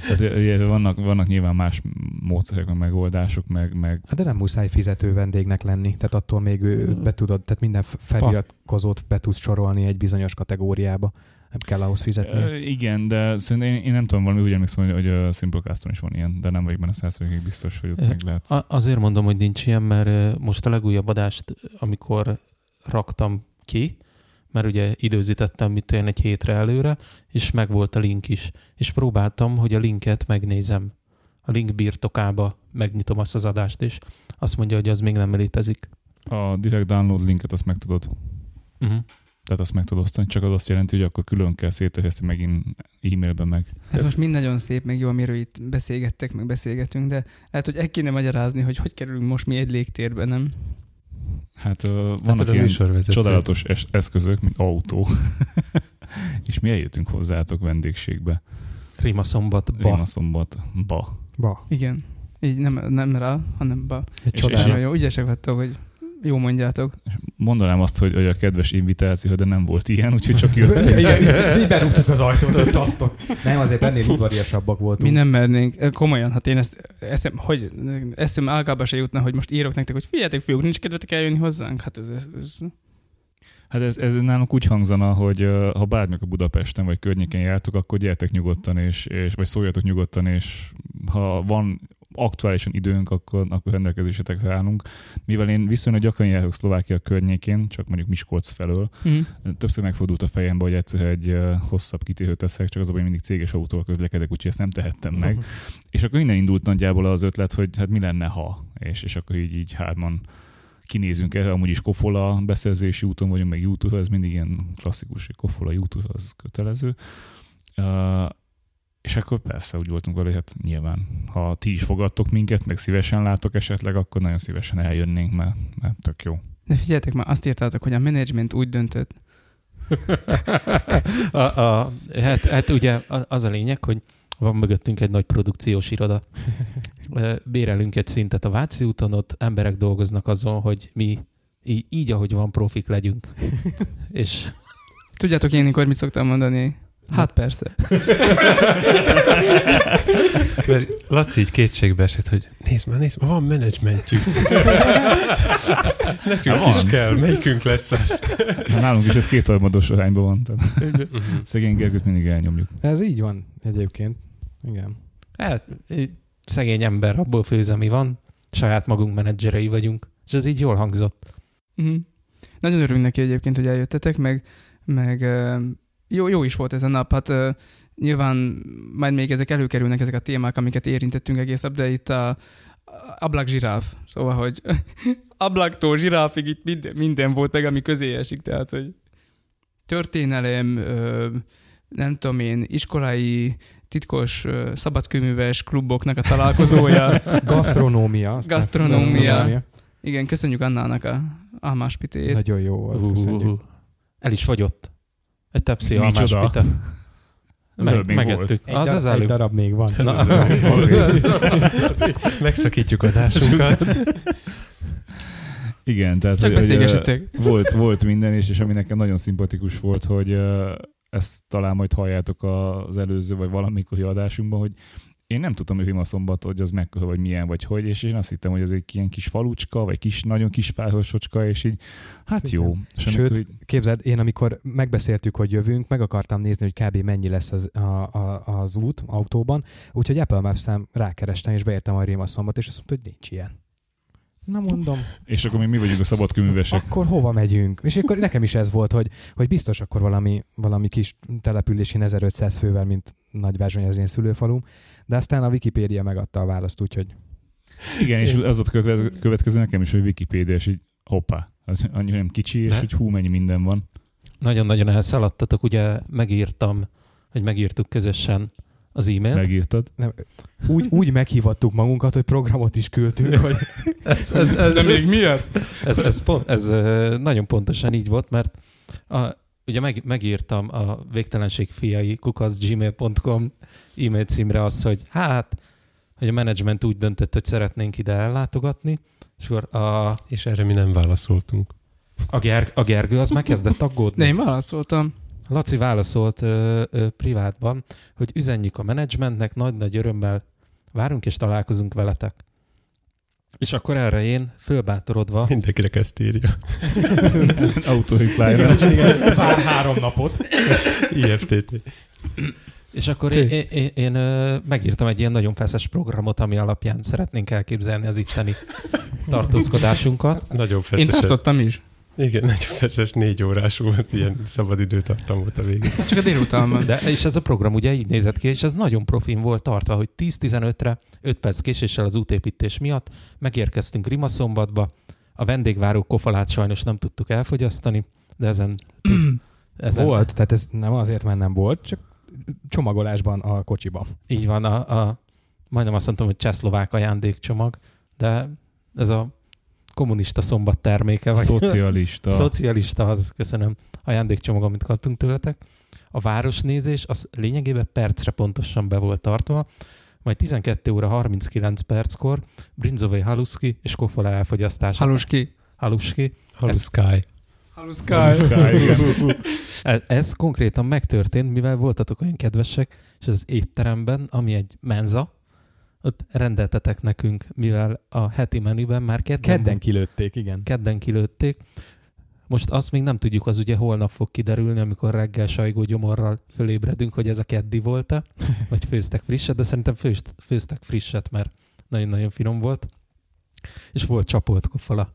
Speaker 5: tehát, ö, ugye, vannak, vannak nyilván más módszerek, meg megoldások, meg, meg
Speaker 2: Hát de nem muszáj fizető vendégnek lenni, tehát attól még ő,
Speaker 1: Mm-hmm.
Speaker 2: őt be tudod, tehát minden f- feliratkozót be tudsz sorolni egy bizonyos kategóriába. Nem kell ahhoz fizetni.
Speaker 5: Ö, igen, de szerintem én, én nem tudom, valami úgy emlékszem, hogy, hogy a Simplecaston is van ilyen, de nem vagyok benne százszerűen biztos, hogy ott
Speaker 4: Ö,
Speaker 5: meg lehet.
Speaker 4: A- azért mondom, hogy nincs ilyen, mert ö, most a legújabb adást, amikor raktam ki, mert ugye időzítettem mit olyan egy hétre előre, és megvolt a link is. És próbáltam, hogy a linket megnézem. A link birtokába megnyitom azt az adást, és azt mondja, hogy az még nem létezik.
Speaker 5: A direkt download linket azt meg tudod
Speaker 4: Uh-huh.
Speaker 5: tehát azt meg tudod osztani, csak az azt jelenti, hogy akkor külön kell szétterjeszteni megint e-mailben meg.
Speaker 1: Ez most mind nagyon szép, meg jó, amiről itt beszélgettek, meg beszélgetünk, de lehet, hogy el kéne magyarázni, hogy hogy kerülünk most mi egy légtérbe, nem?
Speaker 5: Hát ö, vannak
Speaker 3: Hát a
Speaker 5: hát ilyen
Speaker 3: műsorvezető.
Speaker 5: csodálatos es- eszközök, mint autó. És mi eljöttünk hozzátok vendégségbe.
Speaker 4: Rima szombatba.
Speaker 5: Réma szombatba.
Speaker 2: Ba.
Speaker 1: Igen. Így nem, nem rá, hanem be.
Speaker 4: Egy
Speaker 5: És-
Speaker 1: És
Speaker 4: csodálat.
Speaker 1: nagyon jó, Hát ügyesek vagytok, hogy jó mondjátok.
Speaker 5: Mondanám azt, hogy, hogy a kedves invitáció, de nem volt ilyen, úgyhogy csak jött.
Speaker 2: Igen, mi berúgtuk az ajtót, a szasztok. Nem, azért ennél udvariasabbak voltunk.
Speaker 1: Mi nem mernénk, komolyan, hát én ezt eszem, hogy eszem ágába se jutna, hogy most írok nektek, hogy figyeljetek fiúk, nincs kedvetek eljönni hozzánk. Hát ez, ez, ez.
Speaker 5: Hát ez, ez nálunk úgy hangzana, hogy ö, ha bármikor Budapesten vagy környéken jártok, akkor gyertek nyugodtan, és, és vagy szóljatok nyugodtan, és ha van aktuálisan időnk, akkor, akkor rendelkezésetekre állunk. Mivel én viszonylag gyakran járok Szlovákia környékén, csak mondjuk Miskolc felől,
Speaker 1: Mm.
Speaker 5: többször megfordult a fejembe, hogy egyszer egy ö, hosszabb kitérőt teszek, csak az, a baj, hogy mindig céges autóval közlekedek, úgyhogy ezt nem tehettem meg. És akkor innen indult nagyjából az ötlet, hogy hát mi lenne, ha, és, és akkor így, így hárman kinézünk erre, amúgy is kofola beszerzési úton vagyunk, meg YouTube, ez mindig ilyen klasszikus, hogy kofola YouTube, az kötelező. Uh, és akkor persze úgy voltunk vele, hogy hát nyilván, ha ti is fogadtok minket, meg szívesen látok esetleg, akkor nagyon szívesen eljönnénk, mert, mert tök jó.
Speaker 1: De figyeljetek már, azt írtátok, hogy a menedzsment úgy döntött,
Speaker 4: a, a, hát, hát ugye a- az a lényeg, hogy van mögöttünk egy nagy produkciós iroda. Ö, Bérelünk egy szintet a Váci úton, ott emberek dolgoznak azon, hogy mi így, így ahogy van, profik legyünk. És
Speaker 1: Tudjátok én, mikor mit szoktam mondani? Hát persze.
Speaker 3: Mert Laci így kétségbe esett, hogy nézd már, nézd már, van menedzsmentjük. Nekünk
Speaker 5: Há,
Speaker 3: is
Speaker 5: Hát van.
Speaker 3: kell, melyikünk lesz az.
Speaker 5: Nálunk is ez kétharmados arányban van, tehát szegény Gergőt mindig elnyomjuk.
Speaker 2: Ez így van egyébként. Igen.
Speaker 4: hát, ö, szegény ember abból főz, ami van, saját magunk menedzserei vagyunk. És ez így jól hangzott.
Speaker 1: Mhm. Nagyon örülünk neki egyébként, hogy eljöttetek, meg, meg ö, jó, jó is volt ez a nap. Hát ö, nyilván majd még ezek előkerülnek, ezek a témák, amiket érintettünk egész nap, de itt a, a ablak zsiráf. Szóval, hogy ablaktól zsiráfig itt minden, minden volt meg, ami közé esik. Tehát, hogy történelem, ö, nem tudom én, iskolai titkos ö, szabadkőműves kluboknak a találkozója.
Speaker 2: Gasztronómia. aztán
Speaker 1: Gasztronómia. Igen, köszönjük Annának a almás pitéjét.
Speaker 2: Nagyon jó volt, köszönjük.
Speaker 4: Uh, el is fogyott. Egy tepszi almás
Speaker 5: Micsoda.
Speaker 4: pita.
Speaker 5: Az
Speaker 4: Meg,
Speaker 5: előbb még
Speaker 4: megettük.
Speaker 2: Egy
Speaker 4: Az
Speaker 2: darab-
Speaker 4: az
Speaker 2: Egy
Speaker 4: előbb.
Speaker 2: darab még van. Na,
Speaker 3: Megszakítjuk adásunkat.
Speaker 5: Igen, tehát
Speaker 1: Csak
Speaker 5: hogy, hogy, ö,
Speaker 1: beszélgessetek.
Speaker 5: volt, volt minden, és, és ami nekem nagyon szimpatikus volt, hogy ö, ezt talán majd halljátok az előző, vagy valamikori adásunkban, hogy én nem tudtam, hogy Rima szombat, hogy az mekkora, vagy milyen, vagy hogy, és én azt hittem, hogy ez egy ilyen kis falucska, vagy kis, nagyon kis városocska, és így, hát
Speaker 2: Szépen.
Speaker 5: jó. És amikor
Speaker 2: Sőt,
Speaker 5: így,
Speaker 2: Képzeld, én amikor megbeszéltük, hogy jövünk, meg akartam nézni, hogy kb. mennyi lesz az, a, a, az út autóban, úgyhogy Apple Maps-en rákerestem, és beértem a Réma szombat, és azt mondta, hogy nincs ilyen. Na mondom,
Speaker 5: és akkor mi, mi vagyunk a szabadkőművesek.
Speaker 2: akkor hova megyünk? És akkor nekem is ez volt, hogy, hogy biztos akkor valami, valami kis települési 1500 fővel, mint Nagyvázsony az én szülőfalum, de aztán a Wikipédia megadta a választ, úgyhogy
Speaker 5: Igen, és az ott követ, következő nekem is, hogy Wikipédia, és így hoppá, az annyira nem kicsi, és
Speaker 4: De?
Speaker 5: hogy hú, mennyi minden van.
Speaker 4: Nagyon-nagyon elszaladtatok, ugye megírtam, hogy megírtuk közösen az e-mailt.
Speaker 5: Megírtad.
Speaker 2: úgy, úgy meghívattuk magunkat, hogy programot is küldtünk, hogy
Speaker 4: ez, ez, ez,
Speaker 1: De még miért?
Speaker 4: ez, ez, pont, ez ö, nagyon pontosan így volt, mert a, ugye meg, megírtam a végtelenség fiai kukaszgmail.com e-mail címre azt, hogy hát, hogy a menedzsment úgy döntött, hogy szeretnénk ide ellátogatni, és akkor a,
Speaker 3: És erre mi nem válaszoltunk.
Speaker 4: a, Ger, a Gergő az megkezdett
Speaker 1: De
Speaker 4: aggódni.
Speaker 1: én válaszoltam.
Speaker 4: Laci válaszolt ö, ö, privátban, hogy üzenjük a menedzsmentnek, nagy-nagy örömmel várunk és találkozunk veletek. És akkor erre én fölbátorodva,
Speaker 3: Mindenkinek ezt írja.
Speaker 5: Autoreply-ra.
Speaker 2: vár három napot.
Speaker 3: IFTT.
Speaker 4: és akkor én, én, én, én ö, megírtam egy ilyen nagyon feszes programot, ami alapján szeretnénk elképzelni az itteni tartózkodásunkat.
Speaker 3: Nagyon
Speaker 1: Én
Speaker 3: feszes.
Speaker 1: tartottam is.
Speaker 3: Igen, nagyon feszes négy órás volt, ilyen szabadidőtartam volt a végén.
Speaker 1: Hát Csak a délután van.
Speaker 4: De, és ez a program ugye így nézett ki, és ez nagyon profin volt tartva, hogy 10-15-re, 5 perc késéssel az útépítés miatt megérkeztünk Rimaszombatba, a vendégváró kofalát sajnos nem tudtuk elfogyasztani, de ezen...
Speaker 1: Mm,
Speaker 4: ezen
Speaker 2: Volt, tehát ez nem azért, mert nem volt, csak csomagolásban a kocsiban.
Speaker 4: Így van, a, a, majdnem azt mondtam, hogy csehszlovák ajándékcsomag, de ez a kommunista szombat terméke. Vagy
Speaker 5: Szocialista.
Speaker 4: Szocialista, az, köszönöm. Ajándékcsomag, amit kaptunk tőletek. A városnézés az lényegében percre pontosan be volt tartva, majd 12 óra 39 perckor Brinzovai Haluszki és Kofola elfogyasztása.
Speaker 1: Haluski.
Speaker 4: Haluski.
Speaker 3: Hello Sky.
Speaker 1: Haluszkál.
Speaker 4: E- Ez konkrétan megtörtént, mivel voltatok olyan kedvesek, és az étteremben, ami egy menza, ott rendeltetek nekünk, mivel a heti menüben már kedden,
Speaker 2: Kedden kilőtték, igen.
Speaker 4: kedden kilőtték. Most azt még nem tudjuk, az ugye holnap fog kiderülni, amikor reggel sajgó gyomorral fölébredünk, hogy ez a keddi volt-e, vagy főztek frisset, de szerintem főzt, főztek frisset, mert nagyon-nagyon finom volt. És volt csapolt kofala.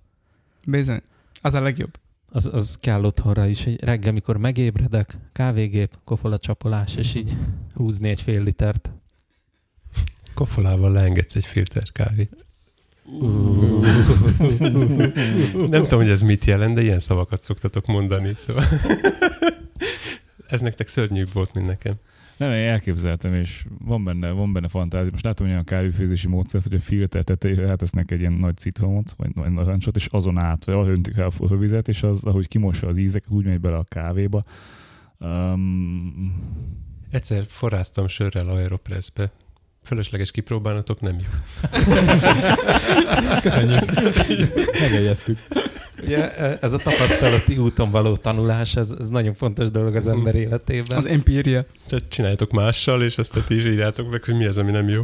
Speaker 1: Bizony. Az a legjobb.
Speaker 4: az, az kell otthonra is, hogy reggel, mikor megébredek, kávégép, kofola csapolás, és így húzni egy fél litert.
Speaker 3: Kofolával leengedsz egy filter kávét. Nem tudom, hogy ez mit jelent, de ilyen szavakat szoktatok mondani, szóval... ez nektek szörnyűbb volt, mint nekem.
Speaker 5: Nem, én elképzeltem, és van benne, van benne fantázia. Most látom olyan kávéfőzési módszert, hogy a filter tetejére eltesznek egy ilyen nagy citromot, vagy nagy narancsot, és azon át, vagy azon öntik el a forróvizet, és az, ahogy kimossa az ízeket, úgy megy bele a kávéba. Um,
Speaker 3: Egyszer forráztam sörrel Aeropressbe. Fölösleges kipróbálnatok, nem jó.
Speaker 2: Köszönjük. Megjegyeztük.
Speaker 4: Ugye e, ez a tapasztalati úton való tanulás, ez, ez nagyon fontos dolog Mhm. az ember életében.
Speaker 1: Az empíria.
Speaker 3: Tehát csináljátok mással, és aztán ti is írjátok meg, hogy mi az, ami nem jó.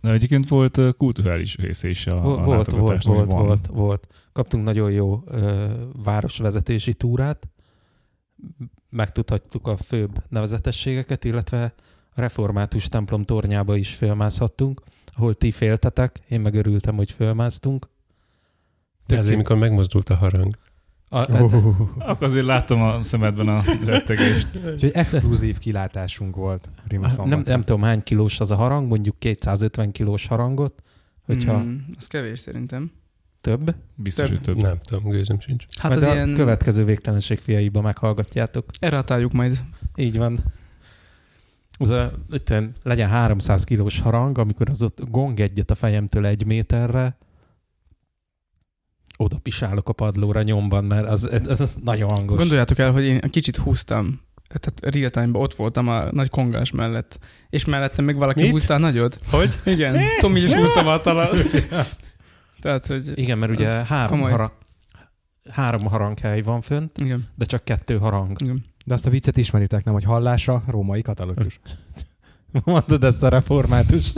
Speaker 5: de egyébként volt ö, kulturális része is a,
Speaker 4: Vol- Volt,
Speaker 5: a
Speaker 4: volt,
Speaker 5: látogatásnak,
Speaker 4: volt,
Speaker 5: hogy van.
Speaker 4: volt, volt. Kaptunk nagyon jó ö, városvezetési túrát, megtudhattuk a főbb nevezetességeket, illetve a református templom tornyába is fölmászhattunk, ahol ti féltetek, én meg örültem, hogy fölmásztunk.
Speaker 3: De azért, mikor megmozdult a harang.
Speaker 4: A,
Speaker 2: Oh.
Speaker 5: Hát, Akkor azért láttam a szemedben a rettegést.
Speaker 2: Úgyhogy exkluzív kilátásunk volt Rima
Speaker 4: Hát Nem,
Speaker 2: szombaton.
Speaker 4: nem tudom hány kilós az a harang, mondjuk 250 kilós harangot, hogyha mm.
Speaker 1: Mm, az kevés szerintem.
Speaker 4: több.
Speaker 5: Biztos, hogy több.
Speaker 3: Nem tudom, gőzöm sincs.
Speaker 1: Hát
Speaker 4: majd
Speaker 1: az
Speaker 4: a
Speaker 1: ilyen... Követ.
Speaker 4: következő végtelenség fiaiba meghallgatjátok.
Speaker 1: Erre hatáljuk majd.
Speaker 4: Így van. Az a, itt van, legyen 300 kilós harang, amikor az ott gong egyet a fejemtől egy méterre, oda pisálok a padlóra nyomban, mert az, ez, ez nagyon hangos.
Speaker 1: Gondoljátok el, hogy én kicsit húztam. Tehát real time ott voltam a nagy kongás mellett. És mellettem még valaki
Speaker 3: Mit?
Speaker 1: húzta a nagyot.
Speaker 3: Hogy?
Speaker 1: Igen, Tomi is húzta a talán. Tehát, hogy...
Speaker 4: Igen, mert ugye
Speaker 1: Ez
Speaker 4: három,
Speaker 1: komoly.
Speaker 4: hara, három haranghely van fönt,
Speaker 1: Igen,
Speaker 4: de csak kettő harang.
Speaker 1: igen.
Speaker 2: De azt a viccet ismeritek, nem, hogy hallásra római katolikus.
Speaker 4: Mondod ezt a református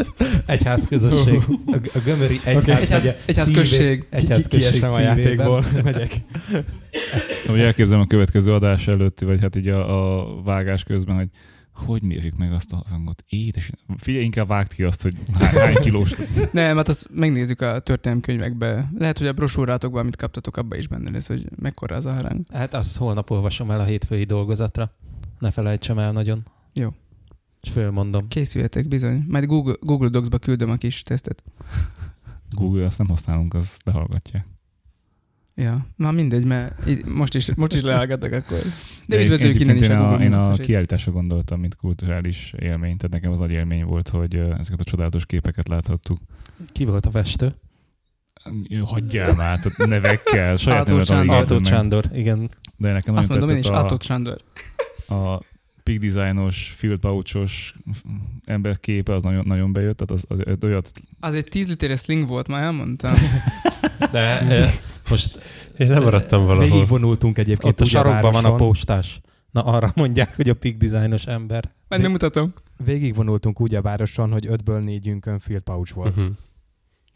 Speaker 4: egyházközösség. A, a gömöri egyház,
Speaker 1: Egyház-
Speaker 4: megye
Speaker 1: egyházközség.
Speaker 4: szívét- egyházközség
Speaker 2: Kiestem a
Speaker 4: szívében.
Speaker 2: játékból, megyek.
Speaker 5: Hogy elképzelem a következő adás előtti, vagy hát így a, a vágás közben, hogy hogy mérjük meg azt a hangot? Édes. Figyelj, inkább vágd ki azt, hogy há- hány kilós.
Speaker 1: Nem, hát azt megnézzük a történelmkönyvekbe. Lehet, hogy a brosúrátokban, amit kaptatok, abban is benne lesz, hogy mekkora az a harang.
Speaker 4: Hát azt holnap olvasom el a hétfői dolgozatra. Ne felejtsem el nagyon.
Speaker 1: Jó.
Speaker 4: És fölmondom.
Speaker 1: Készüljetek, bizony. Majd Google, Google Docs-ba küldöm a kis tesztet.
Speaker 5: Google, azt nem használunk, az lehallgatja.
Speaker 1: Ja, már mindegy, mert így, most is, most is leállgatok akkor. De
Speaker 5: egyébként
Speaker 1: üdvözlők innen is
Speaker 5: én
Speaker 1: a
Speaker 5: a,
Speaker 1: Google
Speaker 5: én a
Speaker 1: munkatásait.
Speaker 5: kiállításra gondoltam, mint kulturális élmény, tehát nekem az nagy élmény volt, hogy ö, ezeket a csodálatos képeket láthattuk.
Speaker 4: Ki volt a festő?
Speaker 5: Ö, Hagyjál már, tehát nevekkel, saját
Speaker 1: Átó
Speaker 5: nevet
Speaker 1: Sándor.
Speaker 5: alig
Speaker 4: Altó
Speaker 5: értem meg.
Speaker 4: Sándor, igen.
Speaker 5: De nekem
Speaker 1: Azt
Speaker 5: nagyon
Speaker 1: mondom én is,
Speaker 5: tetszett a,
Speaker 1: Átott Sándor.
Speaker 5: a pig designos, field pouchos ember képe az nagyon, nagyon bejött, tehát az, az, az olyat
Speaker 1: Az egy 10 literes sling volt, már elmondtam.
Speaker 4: De eh, most
Speaker 3: Én lemaradtam valahol.
Speaker 2: Végigvonultunk egyébként
Speaker 4: ott a
Speaker 2: úgy
Speaker 4: sarokban van a
Speaker 2: városon.
Speaker 4: postás. Na arra mondják, hogy a pig designos ember.
Speaker 1: Majd nem mutatom.
Speaker 2: Végigvonultunk úgy a városon, hogy ötből négyünkön field pouch volt.
Speaker 4: Mhm.
Speaker 3: Uh-huh.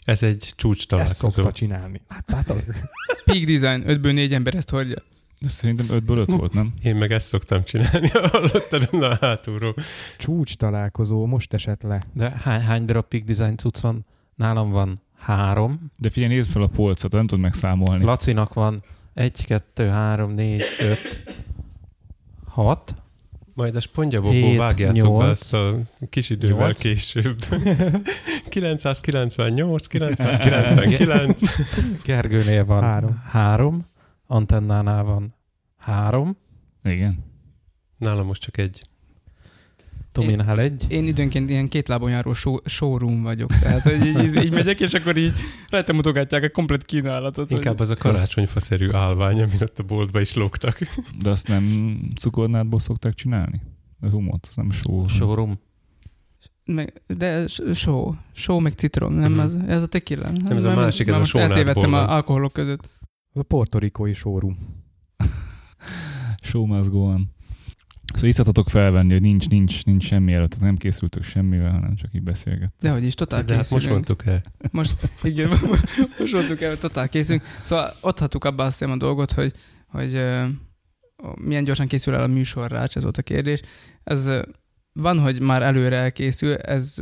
Speaker 3: Ez egy csúcs
Speaker 2: Ezt
Speaker 3: találkozó.
Speaker 2: szokta csinálni.
Speaker 4: Hát,
Speaker 2: Láttátok?
Speaker 1: Peak Design, 5-ből 4 ember ezt hordja.
Speaker 5: De szerintem 5-ből 5 volt, nem?
Speaker 3: Én meg ezt szoktam csinálni, hallottad onnan a hátulról.
Speaker 2: Csúcs találkozó most esett le.
Speaker 4: De hány, hány darab pig design cucc van? Nálam van három.
Speaker 5: De figyelj, nézd fel a polcot, nem tudod megszámolni.
Speaker 4: Lacinak van egy, kettő, három, négy, öt, hat.
Speaker 3: Majd a spongyabobból
Speaker 4: Hét,
Speaker 3: vágjátok
Speaker 4: nyolc.
Speaker 3: be azt a kis idővel
Speaker 4: Nyolc.
Speaker 3: később. 998, 999.
Speaker 4: Gergőnél van
Speaker 2: Három.
Speaker 4: három. Antennánál van három.
Speaker 5: Igen.
Speaker 3: Nálam most csak egy.
Speaker 4: Tominál egy.
Speaker 1: Én időnként ilyen két lábon járó show, showroom vagyok. Tehát, hogy így, így, így megyek, és akkor így rajta mutogatják a komplet kínálatot. hogy-
Speaker 3: Inkább az a karácsonyfaszerű állvány, amin ott a boltba is lógtak.
Speaker 5: De azt nem cukornádból szokták csinálni? A rumot, az nem só.
Speaker 4: Showroom.
Speaker 1: meg, de só, só meg citrom, nem
Speaker 3: Mhm.
Speaker 1: az, ez a tequila.
Speaker 3: Nem, ez a másik, ez a sónátból
Speaker 1: Eltévedtem
Speaker 3: van.
Speaker 1: a alkoholok között.
Speaker 2: A portorikói sórum.
Speaker 5: Show must go on. Szóval így szoktatok felvenni, hogy nincs, nincs, nincs semmi előtt, nem készültök semmivel, hanem csak így beszélget.
Speaker 1: Dehogy is, totál
Speaker 3: De hát most
Speaker 1: készülünk.
Speaker 3: mondtuk el.
Speaker 1: Igen, most mondtuk el, hogy totál készünk. Szóval ott hattuk abba azt hiszem a dolgot, hogy, hogy ö, milyen gyorsan készül el a műsorrács, ez volt a kérdés. Ez ö, van, hogy már előre elkészül, ez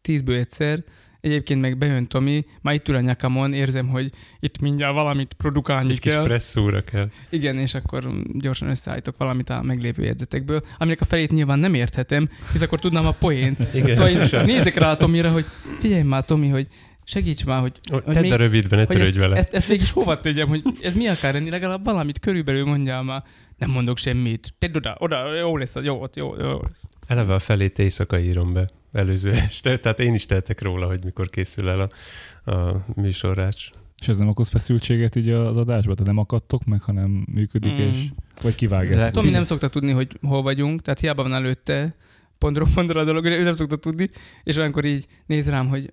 Speaker 1: tízből egyszer, Egyébként meg bejön Tomi, már itt ül a nyakamon, érzem, hogy itt mindjárt valamit produkálni
Speaker 3: Egy kis
Speaker 1: kell.
Speaker 3: presszúra kell.
Speaker 1: Igen, és akkor gyorsan összeállítok valamit a meglévő jegyzetekből, aminek a felét nyilván nem érthetem, hisz akkor tudnám a poént.
Speaker 3: Igen.
Speaker 1: Szóval én
Speaker 3: Sem.
Speaker 1: nézek rá a Tomira, hogy figyelj már Tomi, hogy segíts már, hogy
Speaker 3: Ó,
Speaker 1: még-
Speaker 3: Tedd a rövidben, ne
Speaker 1: hogy
Speaker 3: törődj vele.
Speaker 1: ezt, ezt mégis hova tegyem, hogy ez mi akár lenni, legalább valamit körülbelül mondjál már. Nem mondok semmit. Tedd oda, oda, jó lesz, jó, ott jó, jó lesz.
Speaker 3: Eleve a felét éjszaka írom be előző este, tehát én is tehetek róla, hogy mikor készül el a, a műsorrács.
Speaker 5: És ez nem okoz feszültséget így az adásba? Tehát nem akadtok meg, hanem működik, mm. és vagy
Speaker 4: De-
Speaker 5: kivágjátok.
Speaker 1: Tomi nem szokta tudni, hogy hol vagyunk, tehát hiába van előtte pontról pontra a dolog, ő nem szokta tudni, és olyankor így néz rám, hogy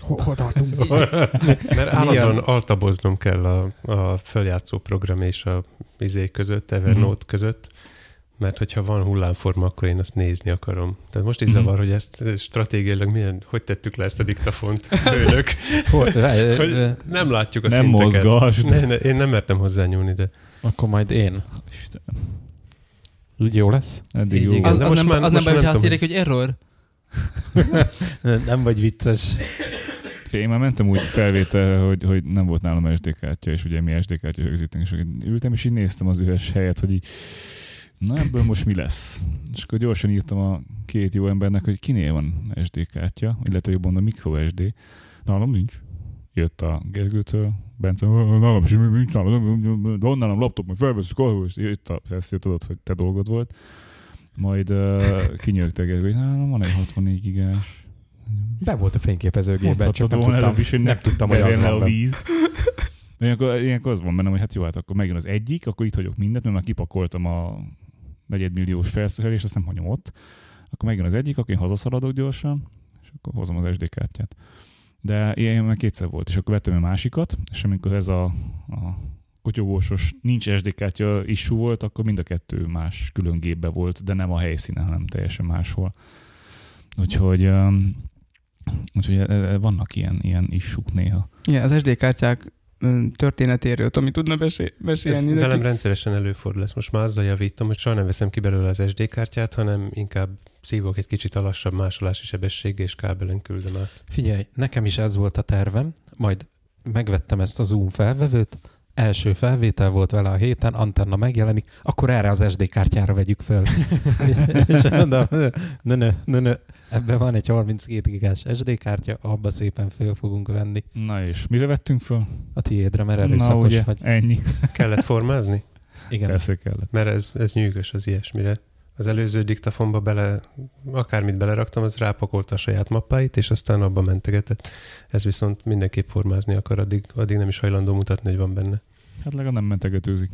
Speaker 2: Hol, hol tartunk?
Speaker 3: Mert állandóan altaboznom kell a, a feljátszó program és a izé között,
Speaker 4: Mhm.
Speaker 3: Evernote között, mert hogyha van hullámforma, akkor én azt nézni akarom. Tehát most is
Speaker 5: Mhm.
Speaker 3: zavar, hogy ezt stratégiailag milyen, hogy tettük le ezt a diktafont, főnök.
Speaker 4: Hol- ö,
Speaker 3: Hogy-
Speaker 4: ö,
Speaker 3: Nem látjuk a
Speaker 5: Nem
Speaker 3: szinteket.
Speaker 5: mozgasd.
Speaker 3: Ne, ne, én nem mertem hozzányúlni, de
Speaker 4: Akkor majd én.
Speaker 5: Istenem,
Speaker 4: Úgy jó lesz?
Speaker 5: Eddig
Speaker 3: Így
Speaker 5: jó.
Speaker 3: igen.
Speaker 1: az,
Speaker 5: volt.
Speaker 3: de
Speaker 1: az
Speaker 3: most
Speaker 1: nem,
Speaker 3: már-
Speaker 1: az nem
Speaker 3: most
Speaker 1: baj,
Speaker 3: már
Speaker 1: hogyha
Speaker 3: nem
Speaker 1: azt írják,
Speaker 3: tudom,
Speaker 1: hogy error.
Speaker 4: Nem vagy vicces.
Speaker 5: Fé, Én már mentem úgy felvétel, hogy, hogy nem volt nálam SD kártya, és ugye mi SD kártya rögzítünk, és akkor ültem, és így néztem az üres helyet, hogy így, na ebből most mi lesz? És akkor gyorsan írtam a két jó embernek, hogy kinél van SD kártya, illetve jobban a micro SD. Nálam nincs. Jött a Gergőtől, Bence, "Ö, nálam semmi nincs, nálam, nem- nem- nem- van nálam laptop, majd felveszünk, ahol és jött a feszélyt, tudod, hogy te dolgod volt. Majd uh, kinyögte Gergő, hogy nálam van egy 64 gigás.
Speaker 2: Be volt a fényképezőgépben, csak
Speaker 5: Mondhatod
Speaker 2: nem
Speaker 5: volna
Speaker 2: tudtam,
Speaker 5: előbb is, hogy ne
Speaker 2: nem tudtam, hogy az
Speaker 5: Terjen le
Speaker 2: van
Speaker 5: a
Speaker 2: benne.
Speaker 5: víz. Ilyenkor, ilyenkor az van bennem, hogy hát jó, hát akkor megjön az egyik, akkor itt hagyok mindent, mert már kipakoltam a negyedmilliós felszerelést, azt nem hagyom ott. Akkor megjön az egyik, akkor én hazaszaladok gyorsan, és akkor hozom az SD kártyát. De ilyen már kétszer volt, és akkor vettem egy másikat, és amikor ez a, a kotyogósos nincs SD kártya issú volt, akkor mind a kettő más külön gépbe volt, de nem a helyszínen, hanem teljesen máshol. Úgyhogy, öm, úgyhogy e- e- vannak ilyen, ilyen issuk néha.
Speaker 1: Igen, az SD kártyák mm, történetéről Tomi tudna besé-
Speaker 3: ez
Speaker 1: mesélni.
Speaker 3: velem
Speaker 1: neki?
Speaker 3: rendszeresen előfordul, ezt most már azzal javítom, hogy soha nem veszem ki belőle az SD kártyát, hanem inkább szívok egy kicsit a lassabb másolási sebesség és kábelen küldöm át.
Speaker 4: Figyelj, nekem is ez volt a tervem, majd megvettem ezt a Zoom felvevőt, első felvétel volt vele a héten, antenna megjelenik, akkor erre az SD kártyára vegyük föl. És mondom, nö, nö, nö, nö, ebben van egy 32 gigás SD kártya, abba szépen föl fogunk venni
Speaker 5: Na és mire vettünk föl?
Speaker 4: a tiédre, mert
Speaker 5: Na
Speaker 4: erőszakos
Speaker 5: ugye,
Speaker 4: vagy.
Speaker 5: ennyi.
Speaker 3: Kellett formázni?
Speaker 4: Igen.
Speaker 5: Persze kellett.
Speaker 3: Mert ez, ez nyűgös az ilyesmire. Az előző diktafonba bele, akármit beleraktam, az rápakolta a saját mappáit, és aztán abba mentegetett. Ez viszont mindenképp formázni akar, addig, addig nem is hajlandó mutatni, hogy van benne.
Speaker 5: Hát legalább nem mentegetőzik.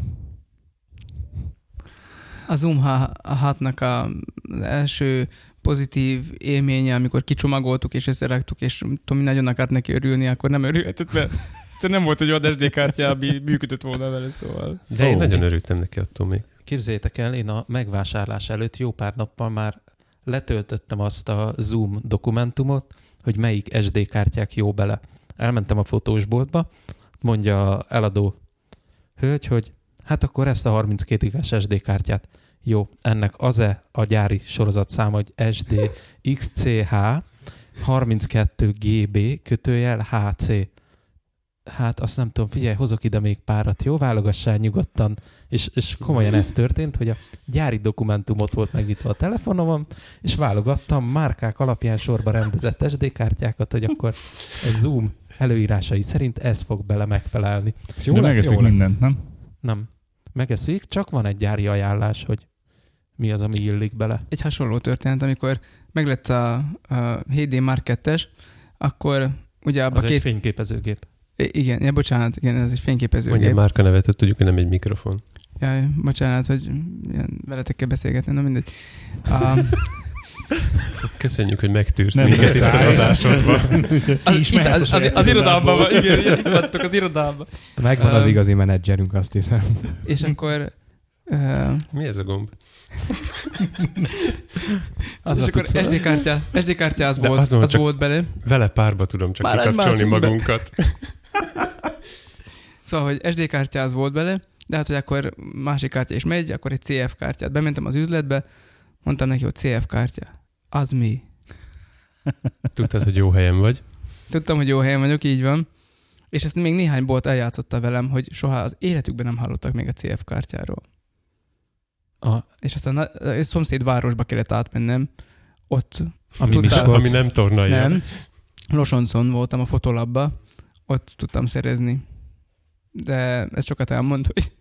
Speaker 1: A Zoom hátnak a az első pozitív élménye, amikor kicsomagoltuk és összeraktuk, és Tomi nagyon akart neki örülni, akkor nem örülhetett, mert egyszerűen nem volt, hogy a SD kártya ami működött volna vele, szóval.
Speaker 3: De én
Speaker 5: Ó.
Speaker 3: nagyon örültem neki attól még.
Speaker 4: Képzeljétek el, én a megvásárlás előtt jó pár nappal már letöltöttem azt a Zoom dokumentumot, hogy melyik SD kártyák jó bele. Elmentem a fotósboltba, mondja a eladó hölgy, hogy hát akkor ezt a 32 gigás SD kártyát. Jó, ennek az-e a gyári sorozatszám, hogy SD XCH 32 GB kötőjel HC. Hát azt nem tudom, figyelj, hozok ide még párat, jó? Válogassál nyugodtan. És, és komolyan ez történt, hogy a gyári dokumentumot volt megnyitva a telefonomon, és válogattam márkák alapján sorba rendezett SD kártyákat, hogy akkor a Zoom előírásai szerint ez fog bele megfelelni.
Speaker 2: Ez
Speaker 5: De
Speaker 2: Jó lett,
Speaker 5: megeszik
Speaker 2: jó lett.
Speaker 5: mindent, nem?
Speaker 4: Nem, megeszik, csak van egy gyári ajánlás, hogy mi az, ami illik bele.
Speaker 1: Egy hasonló történet, amikor meglett a, a 7D Mark 2-es, akkor ugye abba
Speaker 4: Az
Speaker 1: két...
Speaker 4: egy fényképezőgép.
Speaker 1: I- Igen, ja, bocsánat, igen, ez egy
Speaker 3: Mondja
Speaker 1: fényképezőgép.
Speaker 3: már a nevet, hogy tudjuk, hogy nem egy mikrofon.
Speaker 1: Jaj, bocsánat, hogy ilyen veletek kell beszélgetni, na mindegy. Um,
Speaker 3: Köszönjük, hogy megtűrsz
Speaker 5: Nem
Speaker 3: minket itt
Speaker 5: muszáj.
Speaker 3: az adásodban.
Speaker 1: Az,
Speaker 5: is
Speaker 1: itt,
Speaker 5: mehetsz
Speaker 1: az,
Speaker 5: a
Speaker 1: az, az,
Speaker 5: saját
Speaker 1: az irodában
Speaker 5: irodából.
Speaker 1: van, igen, igen, itt vagytok az irodában.
Speaker 2: Megvan az
Speaker 1: Öm.
Speaker 2: igazi menedzserünk, azt hiszem.
Speaker 1: És akkor... Uh,
Speaker 3: Mi ez a gomb?
Speaker 1: az és
Speaker 4: a
Speaker 1: akkor
Speaker 4: pucola.
Speaker 1: SD, kártyá, SD kártyáz
Speaker 3: De
Speaker 1: volt, az,
Speaker 3: azon csak-
Speaker 1: volt bele.
Speaker 3: Vele párba tudom csak
Speaker 1: Már egy
Speaker 3: kikapcsolni
Speaker 1: másik be-
Speaker 3: magunkat.
Speaker 1: Szóval, hogy SD kártyáz volt bele, de hát, hogy akkor másik kártya is megy, akkor egy CF kártyát. Bementem az üzletbe, mondtam neki, hogy CF kártya. Az mi?
Speaker 3: Tudtad, hogy jó helyen vagy.
Speaker 1: Tudtam, hogy jó helyen vagyok, így van. És ezt még néhány bolt eljátszotta velem, hogy soha az életükben nem hallottak még a CF kártyáról.
Speaker 4: A,
Speaker 1: És aztán na- egy szomszéd városba kellett átmennem, ott
Speaker 4: ami
Speaker 1: Tudtál.
Speaker 4: Miskolc.
Speaker 3: Ami nem tornai.
Speaker 1: nem. Losoncon voltam a fotolabba, ott tudtam szerezni. De ez sokat elmond, hogy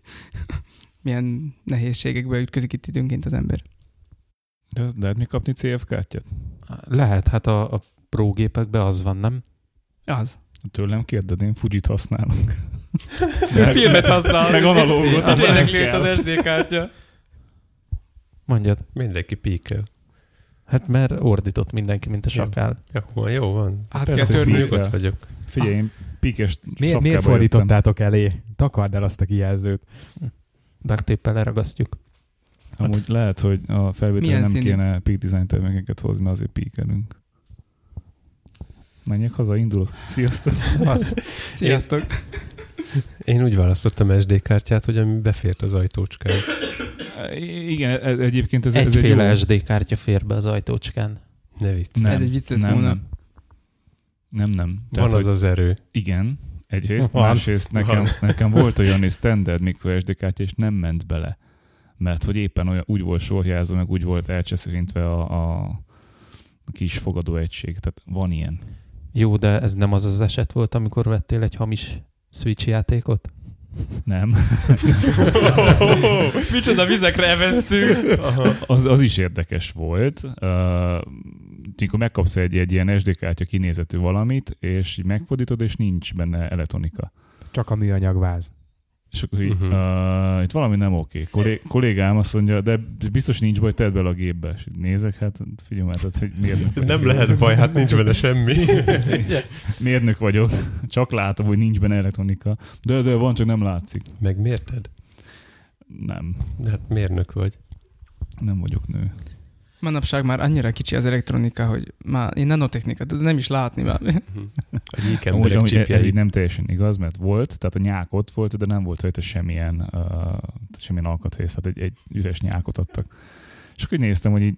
Speaker 1: milyen nehézségekbe ütközik itt időnként az ember.
Speaker 5: De ez- lehet még kapni CF kártyát?
Speaker 4: Lehet, hát a, a prógépekben az van, nem?
Speaker 1: Az.
Speaker 5: Tőlem kérded, én Fujit használom.
Speaker 1: Ő filmet használ.
Speaker 5: Meg
Speaker 2: Hát
Speaker 5: analógot.
Speaker 1: A
Speaker 5: abban nem
Speaker 1: tényleg lőtt
Speaker 5: kell.
Speaker 1: az SD kártya.
Speaker 4: Mondjad.
Speaker 3: Mindenki píkel.
Speaker 4: Hát mert ordított mindenki, mint a sakál.
Speaker 3: Jó van, jó van.
Speaker 1: Át
Speaker 5: Persze,
Speaker 1: kell
Speaker 5: hogy
Speaker 1: törnünk.
Speaker 5: mi?
Speaker 3: Nyugodt vagyok.
Speaker 5: Figyelj, én pikes
Speaker 2: Miért, miért
Speaker 5: sapkába jöttem.
Speaker 2: fordítottátok elé? Takard el azt a kijelzőt.
Speaker 4: Daktéppel leragasztjuk.
Speaker 2: Hát-
Speaker 5: Amúgy lehet, hogy a felvételre
Speaker 1: Milyen
Speaker 5: nem
Speaker 1: színű?
Speaker 5: kéne peak design termékeket hozni, mert azért píkelünk. Menjek haza, indulok. Sziasztok.
Speaker 1: Sziasztok.
Speaker 3: Én úgy választottam SD kártyát, hogy ami befért az ajtócskán.
Speaker 5: Igen, ez, egyébként ez,
Speaker 4: Ez,
Speaker 5: ez
Speaker 4: Egyféle
Speaker 5: egy jó...
Speaker 4: SD kártya fér be az ajtócskán.
Speaker 3: Ne vicc.
Speaker 1: Ez egy vicc lett
Speaker 5: nem,
Speaker 1: volna.
Speaker 5: nem. Nem, nem.
Speaker 3: Van az az erő.
Speaker 5: Igen, egyrészt,
Speaker 4: Van.
Speaker 5: másrészt nekem,
Speaker 3: Van.
Speaker 5: nekem volt olyan is standard mikro SD kártya, és nem ment bele. Mert hogy éppen olyan, úgy volt sorjázó, meg úgy volt elcseszörintve a, a kis fogadóegység. Tehát van ilyen.
Speaker 4: Jó, de ez nem az az eset volt, amikor vettél egy hamis Switch játékot?
Speaker 5: Nem.
Speaker 1: Micsoda vizekre eveztünk.
Speaker 5: Az, az is érdekes volt. Uh, mikor megkapsz egy, egy ilyen SD kártya kinézetű valamit, és így megfordítod, és nincs benne elektronika.
Speaker 2: Csak a műanyagváz.
Speaker 5: És akkor így,
Speaker 3: Mhm.
Speaker 5: uh-huh. uh, itt valami nem oké. Kollé- kollégám azt mondja, de biztos nincs baj, tedd bele a gépbe. És így nézek, hát figyelj már, tehát, hogy mérnök vagyok.
Speaker 3: Nem lehet baj, hát nincs vele semmi.
Speaker 5: Mérnök vagyok, csak látom, hogy nincs benne elektronika. De, de van, csak nem látszik.
Speaker 3: Megmérted?
Speaker 5: Nem,
Speaker 3: De hát mérnök vagy.
Speaker 5: nem vagyok nő.
Speaker 1: Manapság már annyira kicsi az elektronika, hogy már én nanotechnika, tudod, nem is látni már.
Speaker 3: A gyík
Speaker 5: Amúgy,
Speaker 3: emberek
Speaker 5: amúgy e- ez így
Speaker 3: csipjei.
Speaker 5: nem teljesen igaz, mert volt, tehát a nyák ott volt, de nem volt rajta semmilyen, uh, tehát semmilyen alkatrész, tehát egy, egy üres nyákot adtak. És akkor így néztem, hogy így,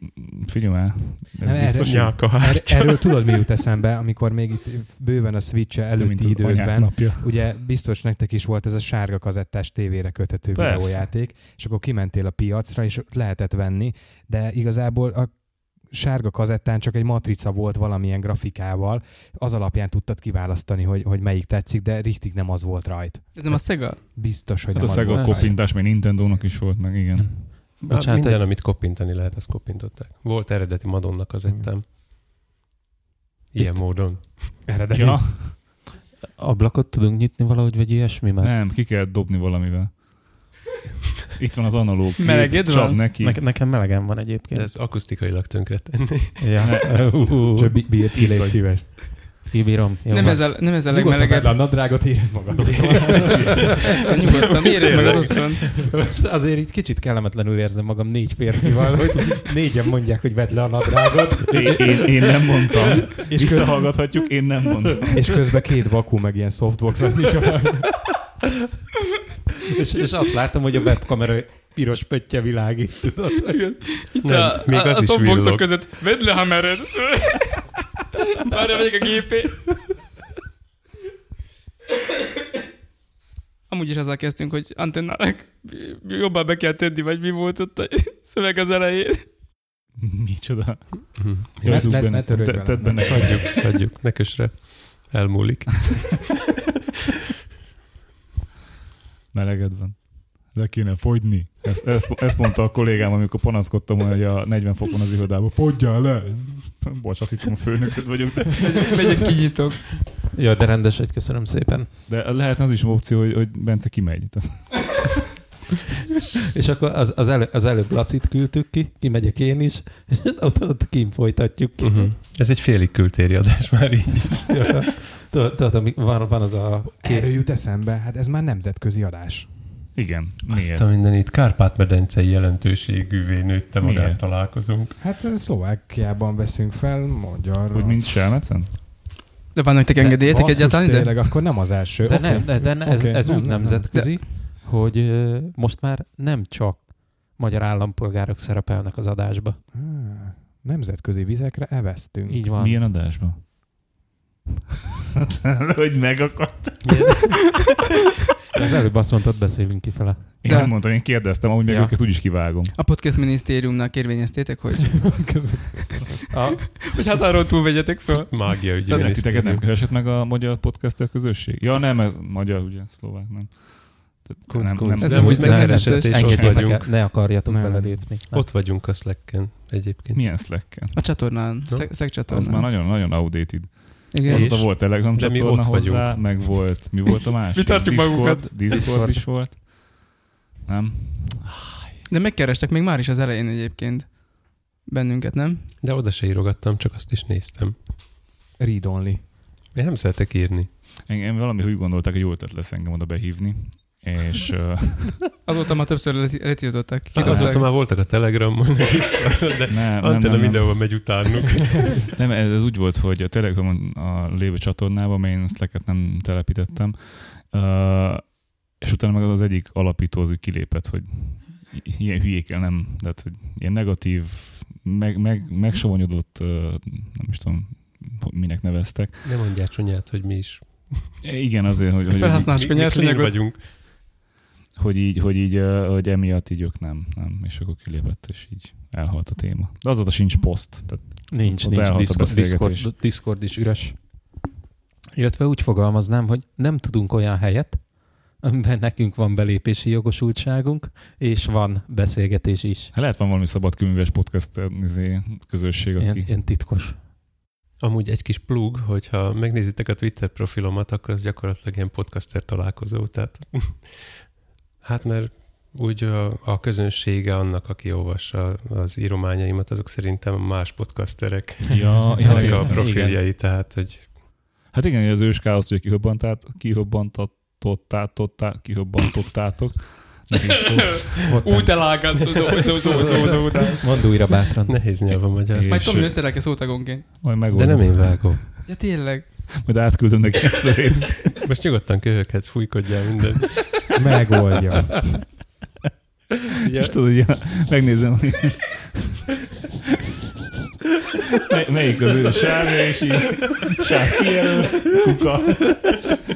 Speaker 5: figyelj már, ez
Speaker 2: Nem,
Speaker 5: nem, biztos,
Speaker 2: erre-
Speaker 5: hogy
Speaker 3: Nyálka
Speaker 2: Er,
Speaker 3: hátja.
Speaker 2: erről tudod, mi jut eszembe, amikor még itt bőven a switch
Speaker 5: mint
Speaker 2: előtti
Speaker 5: az anyák
Speaker 2: időkben,
Speaker 5: napja.
Speaker 2: ugye biztos nektek is volt ez a sárga kazettás tévére köthető
Speaker 5: Persze.
Speaker 2: videójáték, és akkor kimentél a piacra, és ott lehetett venni, de igazából a sárga kazettán csak egy matrica volt valamilyen grafikával, az alapján tudtad kiválasztani, hogy, hogy melyik tetszik, de richtig nem az volt rajt.
Speaker 1: Ez nem a Sega?
Speaker 2: Biztos, hogy
Speaker 5: Hát a
Speaker 2: nem az
Speaker 5: Sega
Speaker 2: volt rajt.
Speaker 5: kopintás még Nintendónak is volt, meg igen.
Speaker 3: Bocsánat,
Speaker 4: Bocsánat,
Speaker 3: Hát minden,
Speaker 4: egy,
Speaker 3: amit kopintani lehet, azt kopintották. Volt eredeti Madonna kazettám. Ilyen
Speaker 2: Itt-
Speaker 3: módon.
Speaker 2: Eredeti.
Speaker 5: Ja,
Speaker 4: ablakot tudunk nyitni valahogy, vagy ilyesmi már?
Speaker 5: nem, ki kell dobni valamivel. Itt van az analóg. kép,
Speaker 1: Meleged
Speaker 5: csap
Speaker 1: van?
Speaker 5: neki.
Speaker 4: Ne, nekem melegen van
Speaker 3: De
Speaker 4: egyébként.
Speaker 3: ez akusztikailag tönkre tenni.
Speaker 4: Ja.
Speaker 2: Csak bí- bírt ki, légy szíves.
Speaker 4: Kibírom. Jó
Speaker 1: Nem
Speaker 4: van.
Speaker 1: ez a, nem ez a
Speaker 2: Nyugodtan vedd
Speaker 1: legmelegebb.
Speaker 2: le a nadrágot, érezd magad.
Speaker 1: Persze, nyugodtan, érezd meg az otthon.
Speaker 4: Most azért így kicsit kellemetlenül érzem magam négy férfival,
Speaker 2: Mivel,
Speaker 4: hogy
Speaker 2: hogy négyen mondják, hogy vedd le a nadrágot,
Speaker 5: Én, én, én nem mondtam.
Speaker 2: és, köz,
Speaker 5: Visszahallgathatjuk, én nem mondtam.
Speaker 2: és közben két vakú, meg ilyen softbox, nincs a
Speaker 4: és, és azt látom, hogy a webkamera piros pöttye világít, tudod?
Speaker 1: Itt
Speaker 3: Nem,
Speaker 1: a,
Speaker 3: még
Speaker 1: a,
Speaker 3: az
Speaker 1: a
Speaker 3: is
Speaker 1: softboxok
Speaker 3: villog.
Speaker 1: között. Vedd le hamered. Várja, megyek a gépé. Amúgy is azzal kezdtünk, hogy antennának jobban be kell tenni, vagy mi volt ott a szöveg az elején.
Speaker 5: Micsoda.
Speaker 3: Mhm. Jó,
Speaker 2: Ne-
Speaker 5: Hagyjuk
Speaker 2: ne-
Speaker 5: benne.
Speaker 2: ne törődj
Speaker 5: Te-
Speaker 2: velem.
Speaker 5: Tedd benne.
Speaker 3: Hagyjuk, hagyjuk. Ne kösre. Elmúlik.
Speaker 5: Meleged van. Le kéne fogyni. Ezt, ezt, ezt mondta a kollégám, amikor panaszkodtam, hogy a 40 fokon az irodában fogyjál le. Bocs, azt hittem, a főnököd vagyok. De,
Speaker 1: Megyek, kinyitok.
Speaker 4: Ja, de rendes egy, köszönöm szépen.
Speaker 5: de lehetne az is opció, hogy, hogy Bence kimegy. Tehát
Speaker 4: És akkor az, az, elő, az előbb Lacit küldtük ki, kimegyek én is, és ott, ott kim folytatjuk ki.
Speaker 3: Uh-huh. Ez egy félig kültéri adás már így.
Speaker 4: Tudod, tudod, ami- van, van az a...
Speaker 2: Erről jut eszembe, hát ez már nemzetközi adás.
Speaker 5: Igen.
Speaker 3: Azt
Speaker 5: Miért?
Speaker 3: a mindenit Kárpát-medencei jelentőségűvé nőtte magát
Speaker 5: Miért?
Speaker 3: találkozunk.
Speaker 2: Hát ö, Szlovákiában veszünk fel, magyar.
Speaker 5: Úgy, mint Selmecen?
Speaker 1: De van nektek engedélyetek
Speaker 2: Basszus,
Speaker 1: egyáltalán ide?
Speaker 2: Tényleg, akkor nem az első.
Speaker 4: De
Speaker 2: Oké.
Speaker 4: nem, de, de ne, ez,
Speaker 2: Oké,
Speaker 4: ez
Speaker 2: nem,
Speaker 4: úgy
Speaker 2: nem, nem.
Speaker 4: nemzetközi, hogy ö, most már nem csak magyar állampolgárok szerepelnek az adásba.
Speaker 2: Á, Ah, Nemzetközi vizekre eveztünk.
Speaker 4: Így van.
Speaker 5: Milyen adásban? hogy megakadt.
Speaker 4: Az előbb azt mondtad, beszélünk kifele.
Speaker 5: Én
Speaker 1: De-
Speaker 5: nem mondtam, én kérdeztem, amúgy meg
Speaker 4: Ja.
Speaker 5: őket úgyis kivágom.
Speaker 1: A podcast minisztériumnál kérvényeztétek, hogy,
Speaker 4: A,
Speaker 1: hogy hát arról túl vegyetek föl.
Speaker 3: Mágia ügyi
Speaker 5: Tényleg titeket nem
Speaker 3: minisztérium.
Speaker 5: keresett meg a magyar podcaster közösség? Ja nem, ez magyar, ugye, szlovák, nem. Tehát
Speaker 3: Kunc,
Speaker 5: nem,
Speaker 3: kunc.
Speaker 5: nem,
Speaker 3: De amúgy
Speaker 5: nem, nem,
Speaker 3: megkeresett,
Speaker 5: nem.
Speaker 3: és ott
Speaker 4: engedjétek el,
Speaker 3: vagyunk.
Speaker 4: Ne akarjatok
Speaker 2: Nem.
Speaker 4: belelépni. Na.
Speaker 3: Ott vagyunk a Slack-en egyébként.
Speaker 5: Milyen slacken?
Speaker 1: A csatornán, Slack, Slack
Speaker 5: Az már
Speaker 1: csatornán.
Speaker 5: nagyon-nagyon outdated.
Speaker 1: Igen.
Speaker 3: És?
Speaker 5: Azóta volt Telegram
Speaker 3: De mi
Speaker 5: csatorna
Speaker 3: ott vagyunk.
Speaker 5: hozzá, meg volt, mi volt a másik?
Speaker 1: Mi tartjuk
Speaker 5: Discord,
Speaker 1: magunkat.
Speaker 5: Discord
Speaker 4: Discord.
Speaker 5: is volt. Nem?
Speaker 1: De megkerestek még már is az elején egyébként bennünket, nem?
Speaker 3: De oda se írogattam, csak azt is néztem.
Speaker 2: Read only.
Speaker 3: Én nem szeretek írni.
Speaker 5: Engem valami úgy gondolták, hogy jó ötlet lesz engem oda behívni. És ö,
Speaker 1: Azóta már többször leti- letiltották.
Speaker 5: Kidobták.
Speaker 3: Azóta már voltak a Telegramon, a Discordon, de
Speaker 5: nem, nem,
Speaker 3: Antena
Speaker 5: nem, nem,
Speaker 3: mindenhol megy utánuk.
Speaker 5: nem, ez, ez úgy volt, hogy a Telegramon a lévő csatornában, mert én slack nem telepítettem, ö, és utána meg az, az egyik alapítózó kilépett, hogy i- ilyen hülyékkel nem, tehát hogy ilyen negatív, meg, meg, megsavanyodott, ö, nem is tudom, hogy minek neveztek,
Speaker 3: Ne mondjál csonyát, hogy mi is.
Speaker 5: Igen, azért, hogy, hogy,
Speaker 1: Felhasznál- Más
Speaker 3: mi, mi
Speaker 1: könnyes
Speaker 3: clean
Speaker 1: anyagot.
Speaker 3: vagyunk.
Speaker 5: hogy, így, hogy így, ö, hogy emiatt így ők nem, nem, és akkor kilépett, és így elhalt a téma. De azóta sincs poszt. Tehát
Speaker 4: Nincs,
Speaker 5: Ott
Speaker 4: nincs.
Speaker 5: elhalt a
Speaker 4: Discord,
Speaker 5: beszélgetés.
Speaker 4: Discord, Discord is üres. Illetve úgy fogalmaznám, hogy nem tudunk olyan helyet, amiben nekünk van belépési jogosultságunk, és van beszélgetés is.
Speaker 5: hát lehet van valami szabadkőműves podcast ö, izé, közösség,
Speaker 4: Ilyen,
Speaker 5: aki...
Speaker 4: ilyen titkos.
Speaker 3: Amúgy egy kis plug, hogyha megnézitek a Twitter profilomat, akkor az gyakorlatilag ilyen podcaster találkozó. Tehát hát mert úgy a, a közönsége annak, aki olvassa az írományaimat, azok szerintem más podcasterek,
Speaker 5: Ja, ja,
Speaker 3: ennek a
Speaker 5: értem.
Speaker 3: profiljai,
Speaker 5: Igen.
Speaker 3: tehát hogy
Speaker 5: Hát igen, hogy az ős káoszt, hogy kihobbantát, kihobbantatottátok, kihobbantottátok. Nehéz szó.
Speaker 4: Ott nem.
Speaker 1: elágán,
Speaker 4: Mondd újra bátran.
Speaker 3: nehéz nyelv a magyar.
Speaker 1: Majd
Speaker 5: És,
Speaker 1: Tomi
Speaker 5: ö,
Speaker 1: összerakja szótagonként.
Speaker 5: Majd
Speaker 3: De
Speaker 5: megoldom.
Speaker 3: nem én vágom.
Speaker 1: Ja tényleg.
Speaker 5: Majd átküldöm neki ezt a részt.
Speaker 3: Most nyugodtan köhöghetsz, fújkodjál minden.
Speaker 2: Megoldja.
Speaker 5: Ja. És tudod, hogy megnézem, hogy Mely, melyik az ő sárga, és így sáv kijelöl, kuka,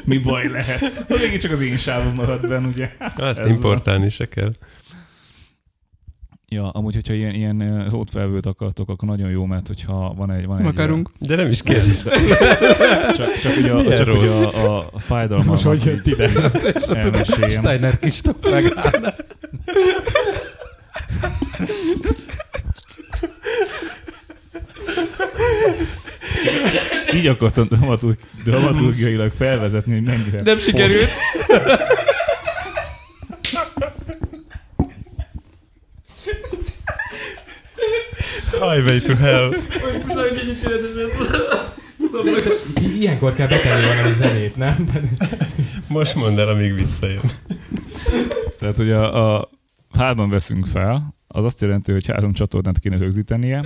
Speaker 5: mi baj lehet. De végig csak az én sávom marad benne, ugye.
Speaker 3: Azt
Speaker 5: Ez van.
Speaker 3: importálni se kell.
Speaker 5: Ja, amúgy, hogyha ilyen, ilyen ótfelvőt akartok, akkor nagyon jó, mert hogyha van egy... Van
Speaker 1: Nem
Speaker 5: egy
Speaker 1: akarunk.
Speaker 3: De nem is kérdeztem.
Speaker 5: Csak, csak ugye a,
Speaker 3: Milyen
Speaker 5: csak
Speaker 3: rossz?
Speaker 5: ugye a, a fájdalmat.
Speaker 2: Most hogy jött
Speaker 5: ide? Elmeséljem.
Speaker 4: Steiner kis megállna.
Speaker 5: Így akartam dramaturg, dramaturgiailag felvezetni, hogy mennyire...
Speaker 1: Nem sikerült.
Speaker 3: Highway to hell.
Speaker 2: Ilyenkor kell betenni valami zenét, nem?
Speaker 3: Most mondd el, amíg visszajön.
Speaker 5: Tehát, hogy a, a hárman veszünk fel, az azt jelenti, hogy három csatornát kéne rögzítenie,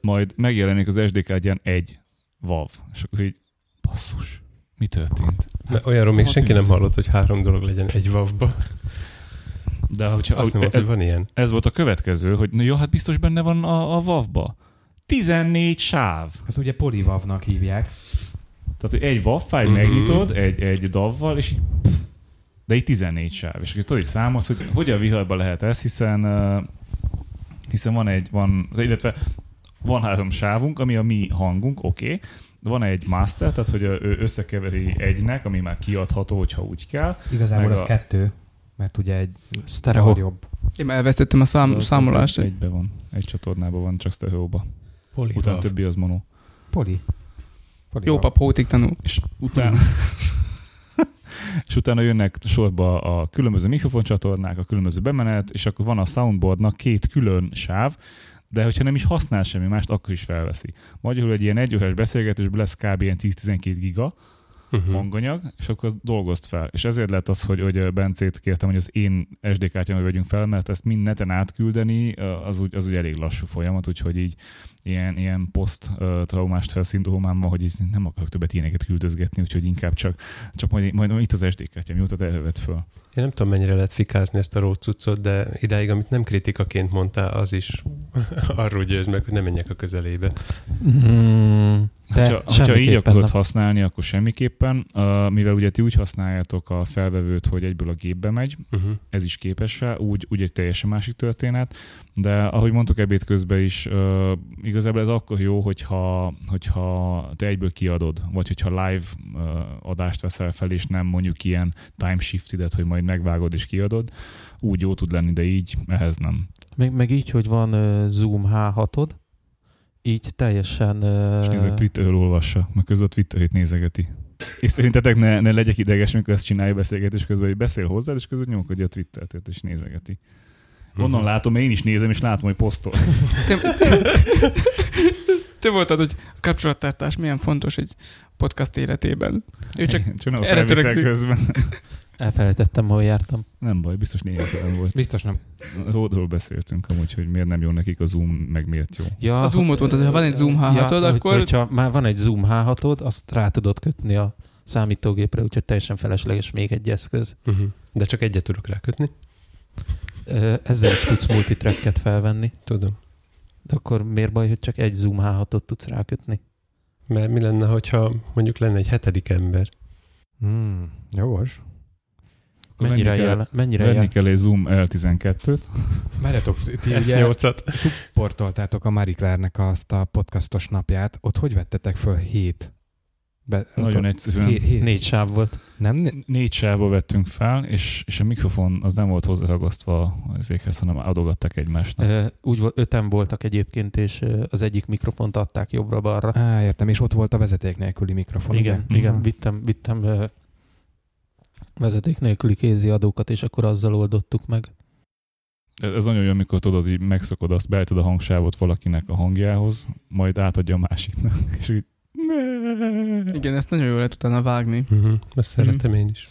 Speaker 5: majd megjelenik az SDK-gyán egy VAV. És akkor így, basszus, mi történt?
Speaker 3: Mert olyanról még
Speaker 5: Hat
Speaker 3: senki
Speaker 5: ügy.
Speaker 3: nem hallott, hogy három dolog legyen egy vavba.
Speaker 5: De hogyha
Speaker 3: Azt nem volt,
Speaker 5: ez,
Speaker 3: hogy van ilyen.
Speaker 5: ez volt a következő, hogy na jó, hát biztos benne van a, a VAV-ba. 14 sáv.
Speaker 2: Ezt ugye polivavnak hívják.
Speaker 5: Tehát, hogy egy WAV fájl
Speaker 3: Mhm.
Speaker 5: megnyitod, egy, egy davval, és így, de így 14 sáv. És akkor tudod, hogy számolsz, hogy hogy a viharban lehet ez, hiszen, ö, hiszen van egy, van, illetve van három sávunk, ami a mi hangunk, oké, okay. van egy master, tehát hogy ö, ő összekeveri egynek, ami már kiadható, hogyha úgy kell.
Speaker 2: Igazából
Speaker 5: Meg
Speaker 2: az
Speaker 5: a-
Speaker 2: kettő, mert ugye egy
Speaker 4: Stereo.
Speaker 2: jobb.
Speaker 1: Én már elvesztettem a szám,
Speaker 5: Az
Speaker 1: számolást.
Speaker 5: Szóval Egy, egybe van, egy csatornában van, csak stereo-ba. Utána
Speaker 3: Utána több.
Speaker 5: többi az mono.
Speaker 2: Poli. Poli
Speaker 1: Jó pap hótig tanul.
Speaker 5: És utána... és utána jönnek sorba a különböző mikrofoncsatornák, a különböző bemenet, és akkor van a soundboardnak két külön sáv, de hogyha nem is használ semmi mást, akkor is felveszi. Magyarul egy ilyen egyórás beszélgetésből lesz kb. ilyen 10-12 giga,
Speaker 3: Mhm.
Speaker 5: uh-huh. hanganyag, és akkor azt dolgozt fel. És ezért lett az, hogy, hogy Bencét kértem, hogy az én SD kártyámra vegyünk fel, mert ezt mind neten átküldeni, az úgy, az úgy elég lassú folyamat, úgyhogy így ilyen, ilyen poszt-traumás felszindrómám van, hogy így nem akarok többet ilyeneket küldözgetni, úgyhogy inkább csak, csak majd, majd, majd itt az SD kártyám, mióta te vett föl.
Speaker 3: Én nem tudom, mennyire lehet fikázni ezt a rócucot, de idáig, amit nem kritikaként mondtál, az is arról győz meg, hogy nem menjek a közelébe.
Speaker 4: Mm,
Speaker 5: de hogyha, hogyha így akarod nem. használni, akkor semmiképpen. Uh, mivel ugye ti úgy használjátok a felvevőt, hogy egyből a gépbe megy,
Speaker 3: Mhm.
Speaker 5: uh-huh. ez is képes rá, úgy, úgy egy teljesen másik történet, de ahogy mondtuk ebéd közben is, uh, igazából ez akkor jó, hogyha, hogyha te egyből kiadod, vagy hogyha live uh, adást veszel fel, és nem mondjuk ilyen time shiftidet, hogy majd megvágod és kiadod, úgy jó tud lenni, de így ehhez nem.
Speaker 4: Meg, meg így, hogy van uh, Zoom H6-od, így teljesen... Uh...
Speaker 5: És nézzük, Twitterről olvassa, meg közben a Twitterét nézegeti. És szerintetek ne, ne legyek ideges, mikor ezt csinálja beszélgetés közben, hogy beszél hozzád, és közben nyomkodja a Twittert, és nézegeti.
Speaker 3: Mhm.
Speaker 5: Onnan uh-huh. látom, én is nézem, és látom, hogy posztol.
Speaker 1: Te, te, te voltad, hogy a kapcsolattartás milyen fontos egy podcast életében. Ő csak
Speaker 5: Csinálom
Speaker 1: erre
Speaker 5: a
Speaker 1: törekszik.
Speaker 5: közben.
Speaker 4: Elfelejtettem, hol jártam.
Speaker 5: Nem baj, biztos néhány volt.
Speaker 2: Biztos nem.
Speaker 5: Ródról beszéltünk amúgy, hogy miért nem jó nekik a Zoom, meg miért jó.
Speaker 4: Ja, hát,
Speaker 1: A zoomot mondtad, ha van egy zoom
Speaker 4: ja,
Speaker 1: H6-od,
Speaker 4: hogy-
Speaker 1: akkor-
Speaker 4: Hogyha már van egy zoom H6-od, azt rá tudod kötni a számítógépre, úgyhogy teljesen felesleges még egy eszköz.
Speaker 3: Uh-huh. De csak egyet tudok rákötni.
Speaker 4: Ö, Ezzel is tudsz multitracket felvenni,
Speaker 3: Tudom.
Speaker 4: de akkor miért baj, hogy csak egy zoom H6-ot tudsz rákötni?
Speaker 3: Mert mi lenne, hogyha mondjuk lenne egy hetedik ember?
Speaker 2: Hmm, jogos.
Speaker 5: Akkor
Speaker 4: Mennyire,
Speaker 5: venni kell-
Speaker 4: jel, mennyire
Speaker 5: Venni
Speaker 4: jel,
Speaker 5: kell egy Zoom L12-t.
Speaker 2: Várjatok, ti ugye
Speaker 3: F8-at.
Speaker 2: portoltátok a Marie Claire-nek azt a podcastos napját, ott hogy vettetek föl hét? Be,
Speaker 1: Hát
Speaker 5: Nagyon
Speaker 2: ott,
Speaker 5: egyszerűen.
Speaker 2: hé- hét-
Speaker 4: négy sáv volt.
Speaker 2: Nem, né-
Speaker 5: Négy sávba vettünk fel, és, és a mikrofon az nem volt hozzáragasztva az éghez, hanem adogattak egymásnak.
Speaker 4: Ö, Úgy volt, öten voltak egyébként, és ö, az egyik mikrofont adták jobbra-balra.
Speaker 2: Á, értem, és ott volt a vezeték nélküli mikrofon.
Speaker 4: Igen,
Speaker 5: ugye?
Speaker 4: igen,
Speaker 5: Mhm.
Speaker 4: vittem, vittem ö, vezeték nélküli kézi adókat, és akkor azzal oldottuk meg.
Speaker 5: Ez ez nagyon jó, amikor tudod, így megszokod azt, beállítod a hangsávot valakinek a hangjához, majd átadja a másiknak, és így ne.
Speaker 1: Igen, ezt nagyon jól lehet utána vágni.
Speaker 3: Uh-huh. Ezt szeretem én is.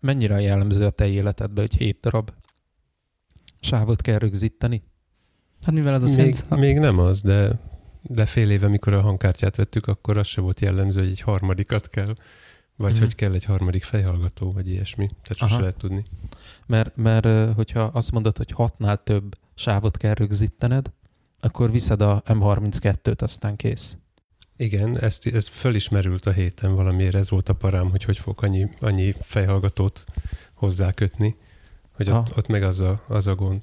Speaker 4: Mennyire jellemző a te életedben, hogy hét darab sávot kell rögzíteni?
Speaker 1: Hát mivel az a
Speaker 3: még,
Speaker 1: szent...
Speaker 3: még nem az, de de fél éve, mikor a hangkártyát vettük, akkor az se volt jellemző, hogy egy harmadikat kell, vagy
Speaker 4: Mhm.
Speaker 3: hogy kell egy harmadik fejhallgató, vagy ilyesmi. Tehát sose
Speaker 4: Aha.
Speaker 3: lehet tudni.
Speaker 4: Mert, mert ö, hogyha azt mondod, hogy hatnál több sávot kell rögzítened, akkor viszed a M32-t, aztán kész.
Speaker 3: Igen, ezt, ez fölismerült a héten valamiért, ez volt a parám, hogy hogy fogok annyi, annyi fejhallgatót hozzákötni, hogy
Speaker 4: Ha.
Speaker 3: ott, ott meg az a, az a gond.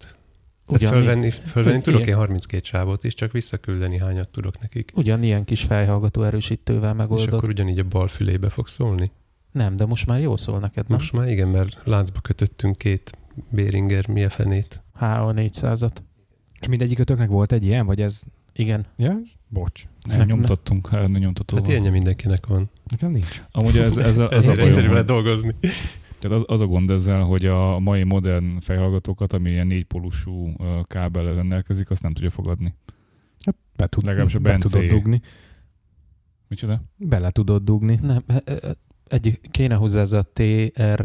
Speaker 3: De
Speaker 4: Ugyan,
Speaker 3: Hát fölvenni, fölvenni
Speaker 4: Ugyan-
Speaker 3: tudok
Speaker 4: igen.
Speaker 3: én 32 sávot is, csak visszaküldeni hányat tudok nekik.
Speaker 4: ugyanilyen kis fejhallgató erősítővel
Speaker 3: És
Speaker 4: megoldod.
Speaker 3: akkor ugyanígy a bal fülébe fog szólni.
Speaker 4: Nem, de most már jó szól neked, nem?
Speaker 3: Most már igen, mert láncba kötöttünk két Hát Béringer mi a fenét.
Speaker 4: HA400-at.
Speaker 2: És mindegyikötöknek volt egy ilyen, vagy ez?
Speaker 4: Igen.
Speaker 2: Ja? Bocs.
Speaker 5: Nem, nyomtattunk, hát nem nyomtatóval.
Speaker 3: Hát ilyenje mindenkinek van.
Speaker 2: Nekem nincs.
Speaker 5: Amúgy ez, ez, a- ez a bajom.
Speaker 3: egyszerű vele dolgozni.
Speaker 5: Tehát az, az a gond ezzel, hogy a mai modern fejhallgatókat, ami ilyen négypólusú ö, kábellel rendelkezik, azt nem tudja fogadni.
Speaker 2: Hát Be, tud,
Speaker 5: Legalábbis a
Speaker 2: be
Speaker 5: Bencé.
Speaker 2: tudod dugni.
Speaker 5: Micsoda?
Speaker 2: Bele tudod dugni.
Speaker 4: Nem, e- e- egy, kéne hozzá ez a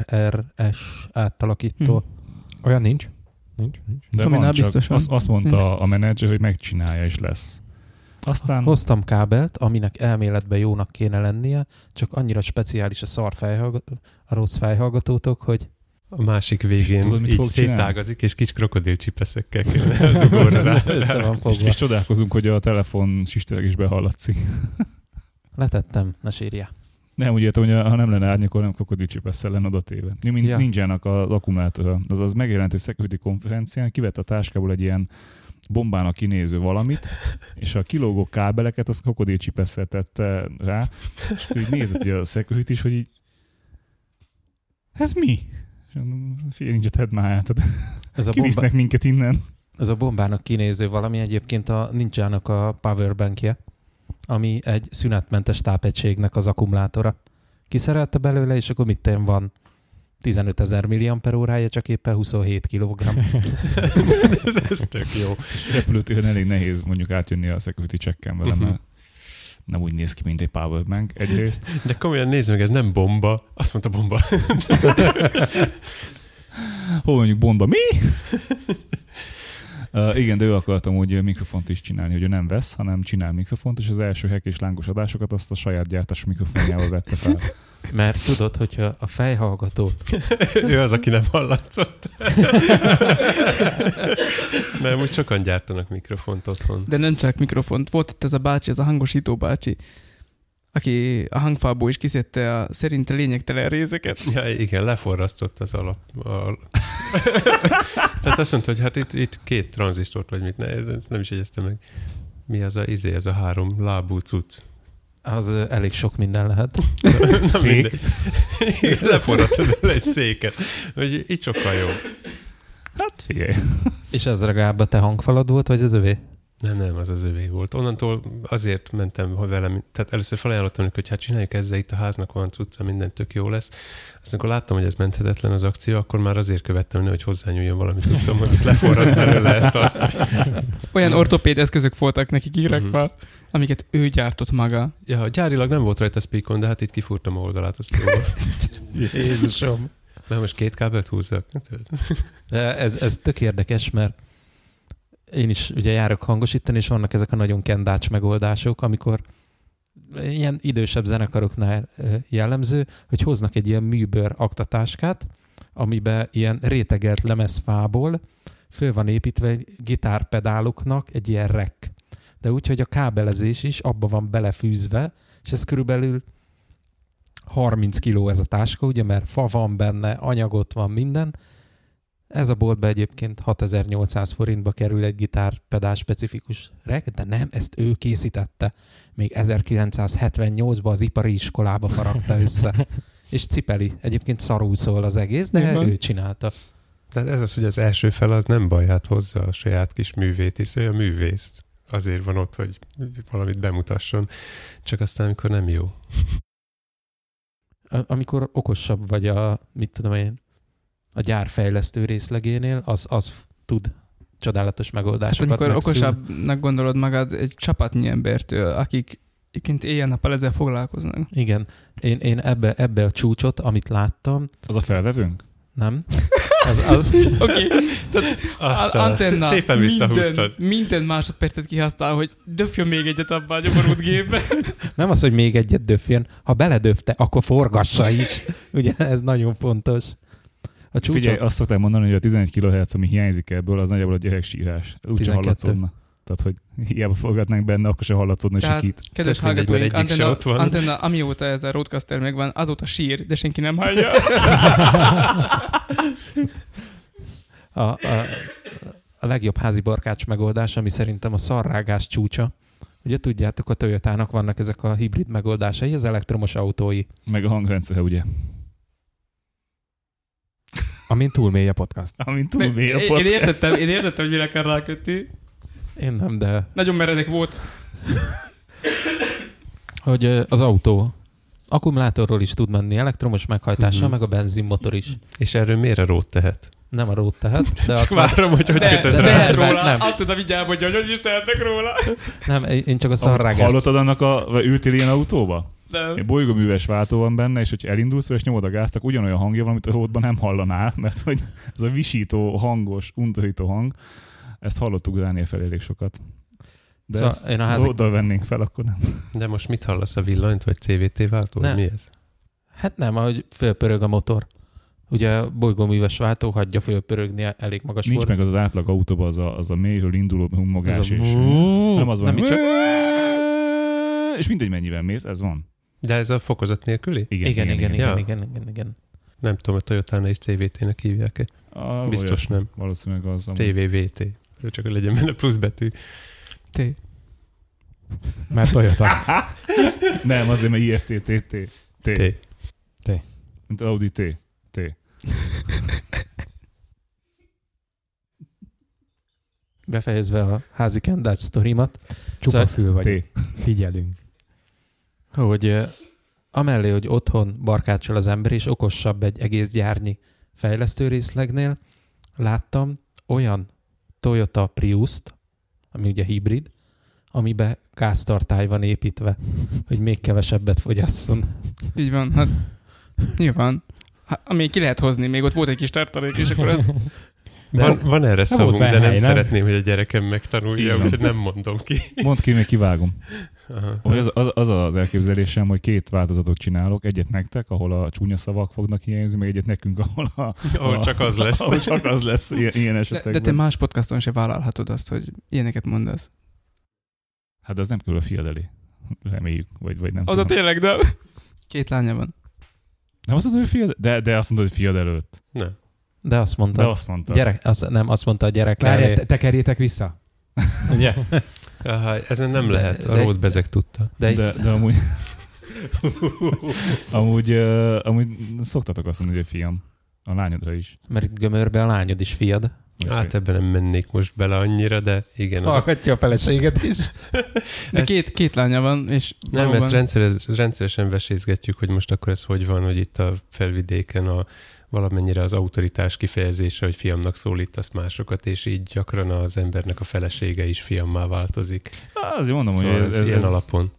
Speaker 4: TRRS átalakító.
Speaker 1: Hm.
Speaker 2: Olyan nincs? Nincs, nincs.
Speaker 5: De
Speaker 1: Tominál
Speaker 5: van, csak
Speaker 1: biztos van.
Speaker 5: azt, azt mondta a menedzser, hogy megcsinálja és lesz. Aztán
Speaker 4: Hoztam kábelt, aminek elméletben jónak kéne lennie, csak annyira speciális a szar fejhallgató, a rossz fejhallgatótok, hogy
Speaker 3: A másik végén
Speaker 5: Tudod, mit
Speaker 3: így
Speaker 5: fog csinálni?
Speaker 3: szétágazik, és kis krokodilcsipeszekkel kell a dugóra rá.
Speaker 4: össze van
Speaker 5: és,
Speaker 4: fogva.
Speaker 5: és csodálkozunk, hogy a telefon sistereg is behallatszik.
Speaker 4: Letettem, ne sírjál.
Speaker 5: Nem, úgy értem, hogy ha nem lenne árny, akkor nem krokodilcsipesz ellen oda téve. Nincs,
Speaker 4: Ja.
Speaker 5: ja. Nincsenek az akkumulátor. Azaz megjelent egy security konferencián, kivett a táskából egy ilyen bombának kinéző valamit, és a kilógó kábeleket azt krokodilcsipesszel tette rá, és akkor így nézett így a security is, hogy így ez mi? És mondom, Figyelj, nincs a tedd már el, tehát
Speaker 4: Ez a, bomba,
Speaker 5: kivisznek minket innen.
Speaker 4: ez a bombának kinéző valami egyébként a Ninjának a powerbankje, ami egy szünetmentes tápegységnek az akkumulátora. Kiszerelte belőle, és akkor mit tém van? 15 ezer milliamper órája, csak éppen 27 kg.
Speaker 3: ez, ez tök jó.
Speaker 5: Repülőtéren elég nehéz mondjuk átjönni a security checken vele,
Speaker 3: Mhm.
Speaker 5: mert nem úgy néz ki, mint egy powerbank egyrészt.
Speaker 3: De komolyan nézd meg, ez nem bomba. Azt mondta bomba.
Speaker 5: Hol mondjuk bomba, mi? Uh, igen, de ő akartam úgy mikrofont is csinálni, hogy ő nem vesz, hanem csinál mikrofont, és az első hek és lángos adásokat azt a saját gyártás mikrofonjával vette fel.
Speaker 4: Mert tudod, hogyha a fejhallgatót
Speaker 3: ő az, aki nem hallatszott. nem, úgy sokan gyártanak mikrofont otthon.
Speaker 1: De nem csak mikrofont. Volt itt ez a bácsi, ez a hangosító bácsi, aki a hangfából is kiszedte a szerinte lényegtelen részeket.
Speaker 3: Ja, igen, leforrasztott az alap. A... Tehát azt mondta, hogy hát itt, itt két tranzisztort vagy mit, ne, nem is jegyeztem meg. Mi az a izé, ez a három lábú cucc?
Speaker 4: az ö, elég sok minden lehet.
Speaker 3: Na,
Speaker 5: Szék.
Speaker 3: mindegy. Igen, Leforrasztod el egy széket. Úgyhogy így sokkal jó.
Speaker 5: Hát figyelj.
Speaker 4: És ez legalább a te hangfalad volt, vagy az övé?
Speaker 3: Nem, nem, az az övé volt. Onnantól azért mentem ha velem, tehát először felajánlottam nekik, hogy hát csináljuk ezzel, itt a háznak van cucca, minden tök jó lesz. Aztán amikor láttam, hogy ez menthetetlen az akció, akkor már azért követtem, hogy hozzányúljon valami cuccomhoz, és leforraszt belőle ezt azt.
Speaker 1: Olyan ortopéd eszközök voltak neki kirakva,
Speaker 3: Mhm.
Speaker 1: amiket ő gyártott maga. Hát
Speaker 3: Ja, gyárilag nem volt rajta speakon, de hát itt kifúrtam a oldalát, azt jól.
Speaker 4: Jézusom.
Speaker 3: Mert most két kábelt húzzak. Hát,
Speaker 4: De ez, ez tök érdekes, mert én is ugye járok hangosítani, és vannak ezek a nagyon kendács megoldások, amikor ilyen idősebb zenekaroknál ö, jellemző, hogy hoznak egy ilyen műbőr aktatáskát, amiben ilyen rétegelt lemezfából föl van építve egy gitárpedáloknak egy ilyen rek. De úgy, hogy a kábelezés is abba van belefűzve, és ez körülbelül 30 kiló ez a táska, ugye, mert fa van benne, anyagot van, minden, ez a boltba egyébként 6800 forintba kerül egy gitárpedál specifikus rek, de nem, ezt ő készítette. Még 1978-ban az ipari iskolába faragta össze. És cipeli. Egyébként szarul szól az egész, de
Speaker 1: Igen.
Speaker 4: ő csinálta.
Speaker 3: Tehát ez az, hogy az első fel az nem baj, hát hozza a saját kis művét, hisz ő a művész. Azért van ott, hogy valamit bemutasson, csak aztán, amikor nem jó.
Speaker 4: A- Amikor okosabb vagy a, mit tudom én, a gyárfejlesztő részlegénél, az, az f- tud csodálatos
Speaker 1: Hát
Speaker 4: megoldásokat
Speaker 1: amikor
Speaker 4: megszül.
Speaker 1: okosabbnak gondolod magad egy csapatnyi embertől, akik egyébként éjjel-nappal ezzel foglalkoznak.
Speaker 4: Igen. Én, én ebbe, ebbe a csúcsot, amit láttam,
Speaker 5: Az a felvevőnk?
Speaker 4: nem? Az, az,
Speaker 1: Oké,
Speaker 3: Aztán
Speaker 1: antenna,
Speaker 3: szépen visszahúztad.
Speaker 1: Minden, minden másodpercet kihasznál, hogy döfjön még egyet abba a gyomorult gépbe.
Speaker 4: Nem az, hogy még egyet döfjön, ha beledöfte, akkor forgassa is. Ugye ez nagyon fontos. A csúcsot,
Speaker 5: Figyelj, azt szokták mondani, hogy a 11 kHz, ami hiányzik ebből, az nagyjából a gyerek sírás. Úgyse
Speaker 4: 12.
Speaker 5: hallatszódna. Tehát, hogy hiába forgatnánk benne, akkor se hallatszódna
Speaker 1: Tehát-
Speaker 5: sikít.
Speaker 1: Kedves
Speaker 3: Tök mindegy,
Speaker 1: hallgatóink,
Speaker 3: mert egyik se
Speaker 1: antenna,
Speaker 3: ott van.
Speaker 1: antenna, amióta ez a roadcaster megvan, azóta sír, de senki nem hallja.
Speaker 4: a, a, a legjobb házi barkács megoldás, ami szerintem a szarrágás csúcsa. Ugye tudjátok, a toyota vannak ezek a hibrid megoldásai, az elektromos autói.
Speaker 5: Meg a hangrendszere, ugye?
Speaker 2: Amin túl mély a podcast.
Speaker 5: Amint túl
Speaker 1: Mert
Speaker 5: mély a
Speaker 1: én, én,
Speaker 5: podcast.
Speaker 1: értettem, én értettem, hogy mire akar rákötni.
Speaker 4: Én nem, de
Speaker 1: Nagyon meredek volt.
Speaker 4: hogy ö, az autó akkumulátorról is tud menni, elektromos meghajtással,
Speaker 3: Mhm.
Speaker 4: meg a benzinmotor is.
Speaker 3: És erről miért a rót tehet?
Speaker 4: Nem a rót tehát, de
Speaker 3: Csak
Speaker 4: azt már,
Speaker 3: várom, hogy hogy
Speaker 1: de,
Speaker 3: kötöd
Speaker 1: de,
Speaker 4: rá?
Speaker 1: tehet
Speaker 3: rá.
Speaker 4: nem,
Speaker 1: róla,
Speaker 4: nem.
Speaker 1: nem. attad a vigyába, hogy hogy is tehetek róla.
Speaker 4: nem, én csak a szarrágás
Speaker 5: Hallottad annak a... Vagy ültél ilyen autóba?
Speaker 1: Nem.
Speaker 5: Egy bolygóműves váltó van benne, és hogyha elindulsz vele, és nyomod a gázt, akkor ugyanolyan hangja van, amit a rótban nem hallanál, mert hogy ez a visító, hangos, undorító hang, ezt hallottuk Dániel fel elég sokat. De
Speaker 4: Szóval
Speaker 5: szóval ezt
Speaker 4: én a
Speaker 5: én a
Speaker 4: házi-
Speaker 5: róddal vennénk fel, akkor nem.
Speaker 3: De most mit hallasz a villanyt, vagy CVT váltó?
Speaker 4: Nem.
Speaker 3: Mi ez?
Speaker 4: Hát nem, ahogy fölpörög a motor. Ugye a bolygóműves váltó hagyja fölpörögni elég magas
Speaker 5: Nincs
Speaker 4: forró-
Speaker 5: meg az az átlag autóban az a, az a mélyről induló
Speaker 4: Ez a
Speaker 5: hummogás, és
Speaker 4: vú-
Speaker 5: nem az van,
Speaker 4: nem,
Speaker 5: hogy
Speaker 4: így csak-
Speaker 5: és mindegy mennyivel mész, ez van.
Speaker 3: De ez a fokozat nélküli?
Speaker 5: Igen,
Speaker 4: igen, igen, igen,
Speaker 3: Ja.
Speaker 4: igen, igen, igen.
Speaker 3: Nem tudom, a toyota is CVT-nek hívják-e.
Speaker 5: A,
Speaker 3: Biztos nem.
Speaker 5: Valószínűleg az. amúgy.
Speaker 3: CVVT. Csak hogy legyen benne plusz betű.
Speaker 2: Mert Toyota.
Speaker 5: Nem, azért, mert IFTTT. T.
Speaker 3: T.
Speaker 5: Mint Audi T. T.
Speaker 4: Befejezve a házi kendás sztorimat,
Speaker 2: Csupa
Speaker 4: Szóval-
Speaker 2: fül vagy.
Speaker 5: T.
Speaker 2: Figyelünk.
Speaker 4: hogy ö, amellé, hogy otthon barkácsol az ember, és okosabb egy egész gyárnyi fejlesztő részlegnél, láttam olyan Toyota Prius-t, ami ugye hibrid, amibe gáztartály van építve, hogy még kevesebbet fogyasszon.
Speaker 1: Így van, hát nyilván. Hát, még ki lehet hozni, még ott volt egy kis tartalék, és akkor ezt...
Speaker 3: De van, van erre szavunk, de
Speaker 5: volt
Speaker 3: nem,
Speaker 5: behely, nem?
Speaker 3: szeretném, hogy a gyerekem megtanulja,
Speaker 5: Igen.
Speaker 3: úgyhogy nem mondom ki.
Speaker 5: Mondd ki, még kivágom.
Speaker 3: Aha.
Speaker 5: Hogy Az, az, az az elképzelésem, hogy két változatot csinálok, egyet nektek, ahol a csúnya szavak fognak hiányozni, meg egyet nekünk, ahol, a,
Speaker 3: Ahol
Speaker 5: a-
Speaker 3: csak az lesz.
Speaker 5: Ahol csak az lesz ilyen, ilyen
Speaker 1: De,
Speaker 5: esetekben.
Speaker 1: de te más podcaston se vállalhatod azt, hogy ilyeneket mondasz.
Speaker 5: Hát az nem kerül a fiad elé. Reméljük, vagy, vagy nem
Speaker 1: Az a
Speaker 5: tudom.
Speaker 1: tényleg, de... Két lánya van.
Speaker 5: Nem azt mondod, hogy fiad, de, de azt mondod, hogy fiad előtt.
Speaker 3: Nem.
Speaker 4: De azt mondta,
Speaker 5: De azt mondta.
Speaker 4: gyerek, az, nem, azt mondta a gyerek
Speaker 2: Várjál,
Speaker 4: elé.
Speaker 2: te- tekerjétek vissza.
Speaker 4: Ugye?
Speaker 3: Aha, ezen nem lehet, a
Speaker 4: De-
Speaker 3: Rót Bezek tudta.
Speaker 4: De, de,
Speaker 5: De, de amúgy... amúgy, uh, amúgy szoktatok azt mondani, hogy fiam. A lányodra is.
Speaker 4: mert itt gömörbe a lányod is fiad.
Speaker 5: Úgyhogy-
Speaker 3: Hát ebben nem mennék most bele annyira, de igen. Az
Speaker 4: Hallgatja a feleséget is.
Speaker 1: De
Speaker 3: Ezt-
Speaker 1: két, két lánya van, és
Speaker 3: Nem,
Speaker 1: valóban-
Speaker 3: ezt rendszeres, rendszeresen vesézgetjük, hogy most akkor ez hogy van, hogy itt a felvidéken a, valamennyire az autoritás kifejezése, hogy fiamnak szólítasz másokat, és így gyakran az embernek a felesége is fiammá változik.
Speaker 5: Á, Azért mondom,
Speaker 3: Szóval
Speaker 5: hogy
Speaker 3: ez, ez, ilyen alapon.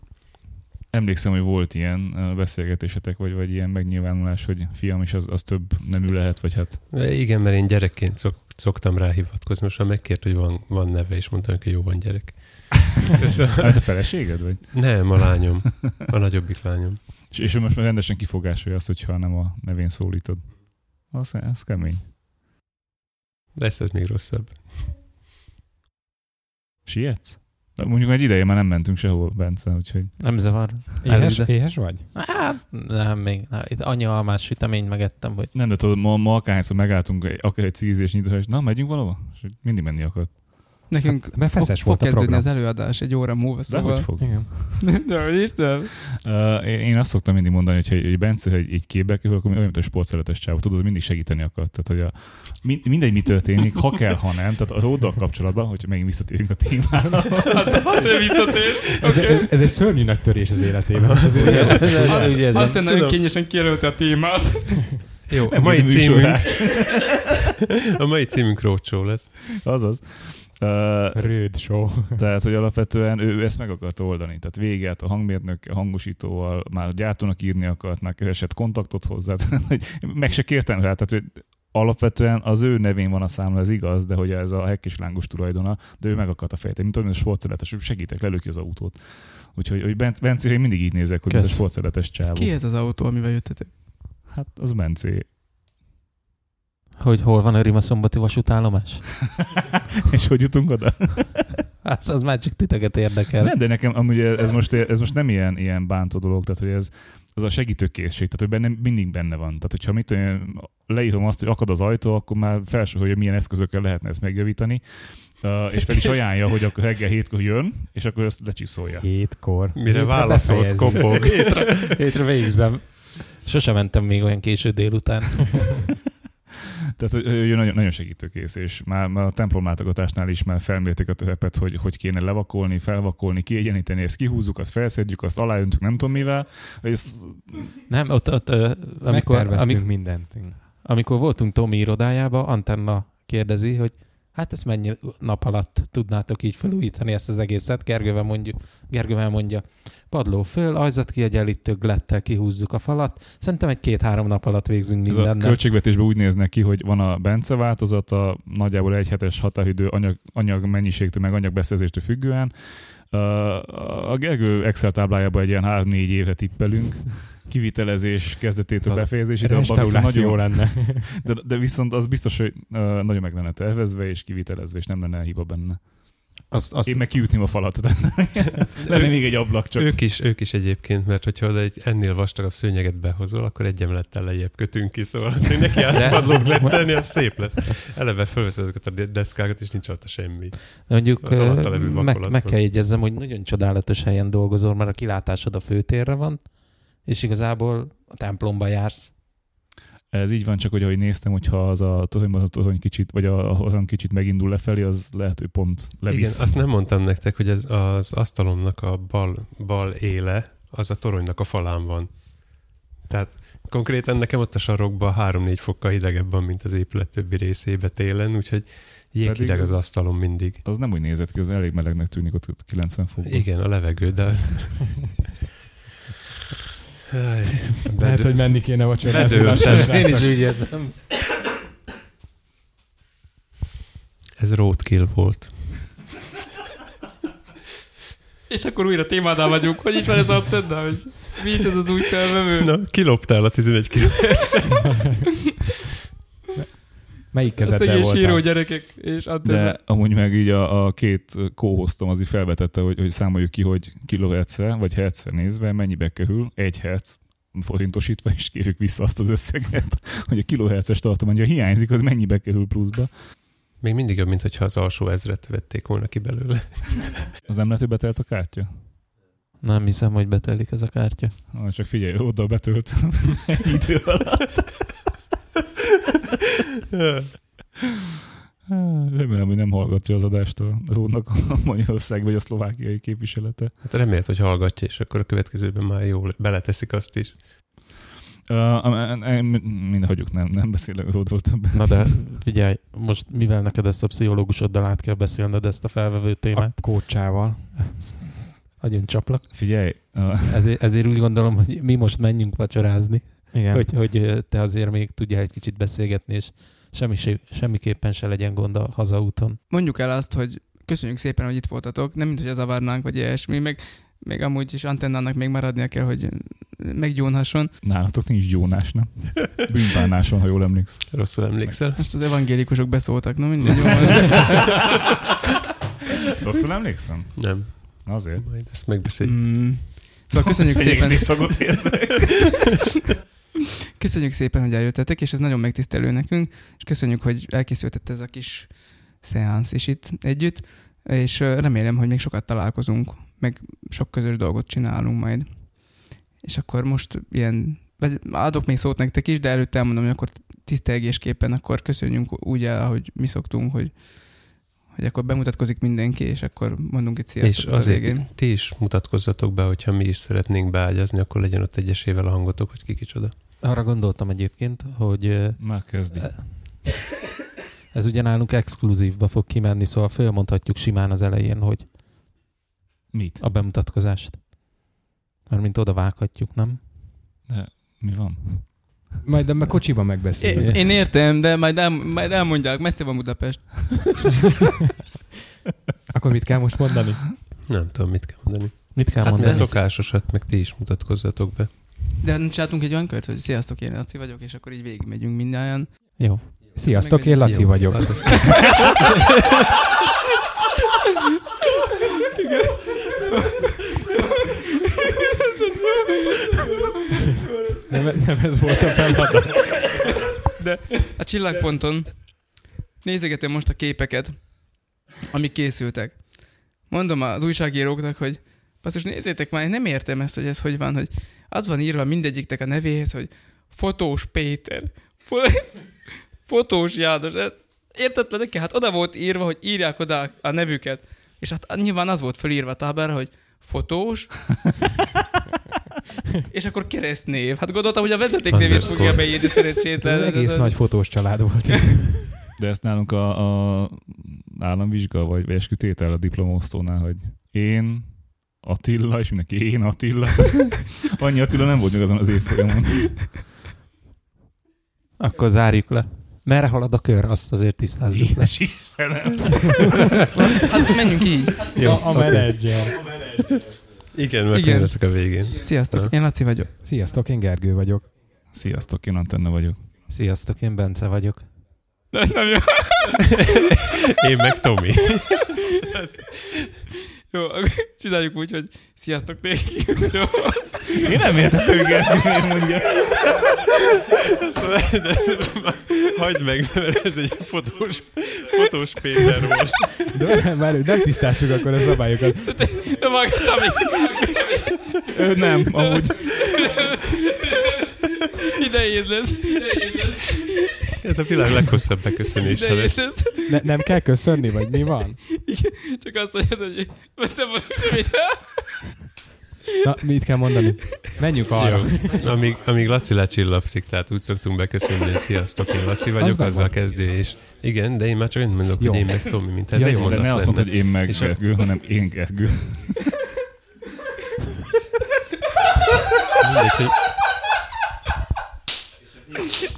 Speaker 5: Emlékszem, hogy volt ilyen ö, beszélgetésetek, vagy, vagy ilyen megnyilvánulás, hogy fiam is az, az több nemű lehet, vagy hát
Speaker 3: De Igen, mert én gyerekként szok, szoktam rá hivatkozni. Most már megkért, hogy van, van neve, és mondtam, neki, hogy jó van gyerek.
Speaker 5: Hát a feleséged, vagy?
Speaker 3: Nem, a lányom. A nagyobbik lányom.
Speaker 5: És, és ő most már rendesen kifogásolja azt, hogyha nem a nevén szólítod. Az, az kemény.
Speaker 3: Lesz ez még rosszabb.
Speaker 5: Sietsz? De mondjuk egy ideje már nem mentünk sehol, Bence, úgyhogy
Speaker 4: Nem zavar.
Speaker 2: Éhes,
Speaker 4: Előde.
Speaker 2: éhes vagy?
Speaker 4: Hát, nem, még. Na, itt annyi almás süteményt megettem, hogy
Speaker 5: nem, de tudod, ma, ma akárhányszor megálltunk, egy- akár egy cigizés nyitott, és na, megyünk valahova? És így mindig menni akart.
Speaker 1: Nekünk
Speaker 2: Hát, mert feszes
Speaker 1: fog,
Speaker 2: volt a
Speaker 1: fog kezdődni
Speaker 2: program.
Speaker 1: az előadás egy óra múlva,
Speaker 5: De hogy
Speaker 1: szóval...
Speaker 5: fog?
Speaker 2: Igen.
Speaker 1: De hogy is több?
Speaker 5: Uh, én, én azt szoktam mindig mondani, hogy, hogy Bence, hogy így képbe kerül, akkor olyan, mint a sportszeretes csávó, tudod, mindig segíteni akar. Tehát, hogy a, min- mindegy, mi történik, ha kell, ha nem. Tehát a róddal kapcsolatban, hogy megint visszatérünk a témára.
Speaker 1: Hát, ha te visszatérsz,
Speaker 2: Ez,
Speaker 1: oké.
Speaker 2: ez, ez egy szörnyű nagy törés az életében. Azért
Speaker 4: Ez-
Speaker 2: érzem.
Speaker 4: ez- ez-
Speaker 1: Hát-
Speaker 4: úgy érzem.
Speaker 1: Hát te nagyon kényesen kijelölte a témát.
Speaker 3: Jó, a
Speaker 5: Ebéd
Speaker 3: mai,
Speaker 5: műsorás.
Speaker 3: címünk, a mai címünk Rócsó lesz.
Speaker 5: Azaz. Uh,
Speaker 2: Röd show.
Speaker 5: Tehát, hogy alapvetően ő ezt meg akarta oldani. Tehát véget a hangmérnök, a hangosítóval, már a gyártónak írni akart, már keresett kontaktot hozzá, tehát, hogy meg se kértem rá. Tehát, hogy alapvetően az ő nevén van a számla, ez igaz, de hogy ez a hekkis lángos tulajdona, de ő meg akarta fejteni, mint olyan sportszeletes, ő segítek, lelő ki az autót. Úgyhogy hogy Benc, Bencére én mindig így nézek, hogy
Speaker 4: Kösz.
Speaker 5: ez a sportszeletes
Speaker 1: Ez
Speaker 5: csávó.
Speaker 1: ki ez az autó, amivel jöttetek?
Speaker 5: Hát az Bencé.
Speaker 4: hogy hol van a Rima szombati vasútállomás.
Speaker 5: És hogy jutunk oda?
Speaker 4: Hát az már csak titeket érdekel.
Speaker 5: Nem, de nekem amúgy ez most, ez most nem ilyen, ilyen bántó dolog, tehát hogy ez az a segítőkészség, tehát hogy bennem mindig benne van. Tehát, hogyha mit tudom én, leírom azt, hogy akad az ajtó, akkor már felsorolja, hogy milyen eszközökkel lehetne ezt megjavítani, uh, és fel is ajánlja, hogy akkor reggel hétkor jön, és akkor ezt lecsiszolja.
Speaker 2: Hétkor.
Speaker 3: Mire válaszolsz, kopog.
Speaker 2: Hétre végzem.
Speaker 4: Sose mentem még olyan késő délután.
Speaker 5: Tehát hogy ő nagyon, nagyon segítőkész, és már, már a templomlátogatásnál is már felmérték a terepet, hogy hogy kéne levakolni, felvakolni, kiegyeníteni, ezt kihúzzuk, azt felszedjük, azt aláöntjük, nem tudom mivel. Hogy Ez,
Speaker 4: Nem, ott, ott ö, amikor,
Speaker 2: Megterveztünk
Speaker 4: amikor,
Speaker 2: mindent.
Speaker 4: amikor voltunk Tomi irodájába, Antenna kérdezi, hogy hát ezt mennyi nap alatt tudnátok így felújítani ezt az egészet? Gergővel, mondjuk, Gergővel mondja, padló föl, ajzat kiegyenlítő glettel kihúzzuk a falat. Szerintem egy két-három nap alatt végzünk
Speaker 5: Ez a
Speaker 4: mindennel.
Speaker 5: költségvetésben úgy néznek ki, hogy van a Bence változata, nagyjából egy hetes határidő anyag, anyag mennyiségtől, meg anyagbeszerzéstől függően. Ö, A Gergő Excel táblájában egy ilyen 3-4 évre tippelünk, kivitelezés kezdetétől
Speaker 2: Az
Speaker 5: befejezésig, de, abban viszont
Speaker 2: Restauráció
Speaker 5: nagyon,
Speaker 2: lenne.
Speaker 5: de, de viszont az biztos, hogy ö, nagyon meg lenne tervezve és kivitelezve, és nem lenne hiba benne.
Speaker 4: Azt, azt,
Speaker 5: Én meg kiütném a falat. Lenne még egy ablak csak.
Speaker 3: Ők is, ők is egyébként, mert hogyha oda egy ennél vastagabb szőnyeget behozol, akkor egy emelettel lejjebb kötünk ki, szóval hogy neki azt
Speaker 4: De-
Speaker 3: padlót letenni, az szép lesz. Eleve fölveszed ezeket a de- deszkákat, és nincs ott semmi.
Speaker 4: Mondjuk
Speaker 3: Az
Speaker 4: ö,
Speaker 3: alatta levő
Speaker 4: meg,
Speaker 3: vakolatban.
Speaker 4: meg kell jegyezzem, hogy nagyon csodálatos helyen dolgozol, mert a kilátásod a főtérre van, és igazából a templomba jársz.
Speaker 5: Ez így van, csak hogy ahogy néztem, hogyha az a torony, az a torony kicsit, vagy a, a torony kicsit megindul lefelé, az lehet, hogy pont levisz.
Speaker 3: Igen, azt nem mondtam nektek, hogy ez az asztalomnak a bal, bal éle, az a toronynak a falán van. Tehát konkrétan nekem ott a sarokban 3-4 fokkal hidegebb van, mint az épület többi részébe télen, úgyhogy
Speaker 5: Pedig
Speaker 3: jéghideg az
Speaker 5: az-
Speaker 3: asztalon mindig.
Speaker 5: Az nem úgy nézett ki, az elég melegnek tűnik ott 90 fokban.
Speaker 3: Igen, a levegő, de... Háj,
Speaker 6: Lehet,
Speaker 3: bedő-
Speaker 6: hogy menni kéne
Speaker 3: Bedőltem.
Speaker 6: vacsorázni.
Speaker 4: Én is úgy érzem.
Speaker 3: Ez roadkill volt.
Speaker 1: És akkor újra témádál vagyunk, hogy is van ez a tödda, hogy mi is ez az új felvevő.
Speaker 3: Na, kiloptál a 11 kiló.
Speaker 2: Melyik
Speaker 1: a
Speaker 2: kezeddel
Speaker 1: szegény síró
Speaker 2: voltál?
Speaker 1: gyerekek, és attól
Speaker 5: De amúgy meg így a, a két kóhoztom az így felvetette, hogy, hogy számoljuk ki, hogy kilohertzre vagy hertzre nézve mennyibe kerül egy hertz forintosítva, és kérjük vissza azt az összeget, hogy a kilohertzes tartomány, ha hiányzik, az mennyibe kerül pluszba.
Speaker 3: Még mindig jobb, mint hogyha az alsó ezret vették volna ki belőle.
Speaker 5: Az nem lehet, hogy betelt a kártya?
Speaker 4: Nem hiszem, hogy betelik ez a kártya.
Speaker 5: Ah, csak figyelj, oda betölt idő alatt. Ah, Remélem, hogy nem hallgatja az adást a Rónak a Magyarország vagy a szlovákiai képviselete.
Speaker 3: Hát remélt, hogy hallgatja, és akkor a következőben már jól beleteszik azt is.
Speaker 5: Uh, mind hagyjuk, nem, nem beszélek Ródról többet.
Speaker 4: Na de figyelj, most mivel neked ezt a pszichológusoddal át kell beszélned ezt a felvevő
Speaker 2: A
Speaker 4: témát,
Speaker 2: kócsával.
Speaker 4: nagyon csaplak.
Speaker 5: Figyelj, uh,
Speaker 4: Ezért, ezért úgy gondolom, hogy mi most menjünk vacsorázni,
Speaker 2: Igen.
Speaker 4: hogy, hogy ö, te azért még tudjál egy kicsit beszélgetni, és semmi, se- semmiképpen se legyen gond a hazaúton.
Speaker 1: mondjuk el azt, hogy köszönjük szépen, hogy itt voltatok, nem mint hogy zavarnánk, vagy ilyesmi, meg még amúgy is antennának még maradnia kell, hogy meggyónhasson.
Speaker 5: nálatok nincs gyónás, nem? Bűnbánás van, ha jól emlékszem.
Speaker 3: Rosszul emlékszel?
Speaker 1: Most az evangélikusok beszóltak, na mindegy. jó.
Speaker 5: Rosszul emlékszem?
Speaker 3: Nem.
Speaker 5: Na Azért.
Speaker 3: Majd ezt megbeszéljük.
Speaker 1: Mm. Szóval köszönjük szépen.
Speaker 5: Fenyegetés szagot érzek.
Speaker 1: Köszönjük szépen, hogy eljöttetek, és ez nagyon megtisztelő nekünk, és köszönjük, hogy elkészültett ez a kis szeánsz is itt együtt, és ö, remélem, hogy még sokat találkozunk, meg sok közös dolgot csinálunk majd. És akkor most ilyen, vagy adok még szót nektek is, de előtte elmondom, hogy akkor tisztelgésképpen akkor köszönjünk úgy el, ahogy mi szoktunk, hogy, hogy akkor bemutatkozik mindenki, és akkor mondunk egy sziasztok
Speaker 3: És
Speaker 1: ott a végén.
Speaker 3: azért ti is mutatkozzatok be, hogyha mi is szeretnénk beágyazni, akkor legyen ott egyesével a hangotok, hogy ki kicsoda.
Speaker 4: Arra gondoltam egyébként, hogy ö,
Speaker 5: Már kezdi.
Speaker 4: ez ugye nálunk exkluzívba fog kimenni, szóval fölmondhatjuk simán az elején, hogy
Speaker 5: Mit?
Speaker 4: a bemutatkozást. Mármint oda vághatjuk, nem?
Speaker 5: Mi van?
Speaker 2: Majd a kocsiban
Speaker 1: Én,
Speaker 2: megbeszéljük.
Speaker 1: én értem, de majd, el, majd elmondják, messze van Budapest.
Speaker 2: Akkor mit kell most mondani?
Speaker 3: Nem tudom, mit kell mondani.
Speaker 4: Mit kell hát
Speaker 3: Hát mi a
Speaker 4: mondani? Szok...
Speaker 3: szokásosat, meg ti is mutatkozzatok be.
Speaker 1: De nem csináltunk egy olyan kört, hogy sziasztok, én Laci vagyok, és akkor így végigmegyünk mindjárt.
Speaker 4: Jó.
Speaker 2: Sziasztok, én Laci
Speaker 3: Jó,
Speaker 2: vagyok.
Speaker 3: hát az-
Speaker 2: Nem, nem ez volt a feladat.
Speaker 1: A csillagponton nézegetem most a képeket, amik készültek. Mondom az újságíróknak, hogy basszus, nézzétek már, én nem értem ezt, hogy ez hogy van, hogy az van írva mindegyiktek a nevéhez, hogy fotós Péter, fo- fotós János, ez értetlen neki, hát oda volt írva, hogy írják oda a nevüket, és hát nyilván az volt fölírva a táblára, hogy fotós, és akkor keresztnév. Hát gondoltam, hogy a vezeték nevét
Speaker 3: Underscore.
Speaker 1: fogja beírni
Speaker 2: Ez
Speaker 1: szerencsétlen.
Speaker 2: egész nagy fotós család volt.
Speaker 5: De ezt nálunk a, a államvizsga, vagy, vagy eskütétel a diplomaosztónál, hogy én Attila, és mindenki én Attila. Annyi Attila nem volt még azon az évfolyamon.
Speaker 4: Akkor zárjuk le. Merre halad a kör? Azt azért tisztázzuk le.
Speaker 5: Édes Istenem.
Speaker 1: Hát menjünk így.
Speaker 4: Jó,
Speaker 6: A
Speaker 4: oké.
Speaker 6: menedzser.
Speaker 3: Igen, meg
Speaker 1: Igen.
Speaker 3: leszek a végén.
Speaker 1: Sziasztok, én Laci vagyok.
Speaker 2: Sziasztok, én Gergő vagyok.
Speaker 5: Sziasztok, én Antenna vagyok.
Speaker 4: Sziasztok, én Bence vagyok.
Speaker 1: Nagyon jó.
Speaker 3: Én meg Tomi.
Speaker 1: Jó, akkor csináljuk úgy, hogy sziasztok nékik. Jó.
Speaker 5: Én nem értettem, Gergő, mondja.
Speaker 3: Hagyd meg, mert ez egy fotós, fotós Péter volt.
Speaker 2: De már nem tisztáztuk akkor a szabályokat.
Speaker 1: De maga Tami.
Speaker 5: Ő nem, amúgy.
Speaker 1: Idejéz lesz. Idejéz lesz.
Speaker 3: Ez a világ leghosszabb beköszönése
Speaker 1: Idejéz
Speaker 3: lesz.
Speaker 1: lesz.
Speaker 2: Ne, nem kell köszönni, vagy mi van?
Speaker 1: Csak azt mondjad, hogy te vagyok semmit.
Speaker 2: Na, mit kell mondani? Menjünk arra.
Speaker 3: Jó. Amíg, amíg Laci lecsillapszik, tehát úgy szoktunk beköszönni, hogy sziasztok, én Laci vagyok,
Speaker 2: Az
Speaker 3: azzal
Speaker 2: megvan.
Speaker 3: kezdő is. Igen, de én már csak én mondok,
Speaker 2: Jó.
Speaker 3: hogy én meg Tomi, mint ez
Speaker 2: Ja,
Speaker 3: egy
Speaker 2: de
Speaker 5: De
Speaker 3: mondat
Speaker 5: ne azt
Speaker 3: lenne.
Speaker 5: mondta, hogy én meg
Speaker 3: És-
Speaker 5: Gergő, hanem én Gergő.
Speaker 3: Mindegy, hogy...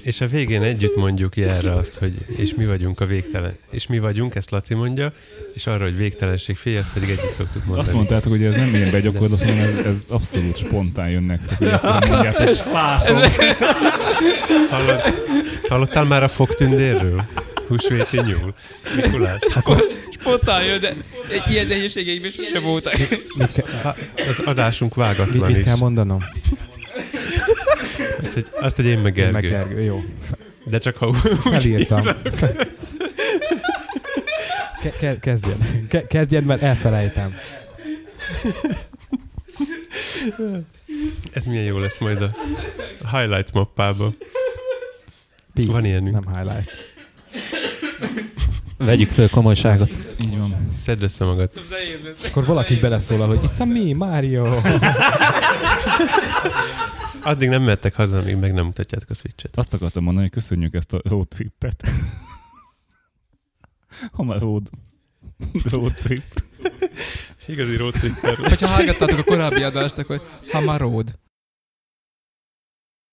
Speaker 3: És a végén együtt mondjuk jelre azt, hogy és mi vagyunk a végtelen. És mi vagyunk, ezt Laci mondja, és arra, hogy végtelenség fél, ezt pedig együtt szoktuk mondani.
Speaker 5: Azt mondtátok, hogy ez nem ilyen begyakorlat, hanem ez, ez abszolút spontán jön nektek. hogy egyszerűen mondjátok.
Speaker 3: Hallod, hallottál már a fogtündérről? Húsvéti nyúl. Mikulás.
Speaker 1: Spontán jön, de egy ilyen nehézségeim sosem voltak.
Speaker 2: Mit, ke-
Speaker 3: Ha- Az adásunk
Speaker 2: mit,
Speaker 3: vágatlan
Speaker 2: mit
Speaker 3: is.
Speaker 2: kell mondanom?
Speaker 3: Azt, hogy, azt, hogy én meg
Speaker 2: Én
Speaker 3: Gergő.
Speaker 2: Gergő, jó.
Speaker 3: De csak ha úgy
Speaker 2: Felírtam. Ke- ke- kezdjen. Ke- kezdjen, mert elfelejtem.
Speaker 3: Ez milyen jó lesz majd a highlight mappában.
Speaker 2: Pi.
Speaker 3: Van ilyenünk.
Speaker 2: Nem highlight.
Speaker 4: Vegyük föl komolyságot.
Speaker 5: Így van.
Speaker 3: Szedd össze magad.
Speaker 2: Akkor valaki beleszólal, hogy itt a mi, Mário.
Speaker 3: Addig nem mehettek haza, amíg meg nem mutatjátok a switchet.
Speaker 5: Azt akartam mondani, hogy köszönjük ezt a road tripet. Ha már road, road trip.
Speaker 3: Igazi roadtripper.
Speaker 1: Hogyha hallgattátok a korábbi adást, akkor Hamaród.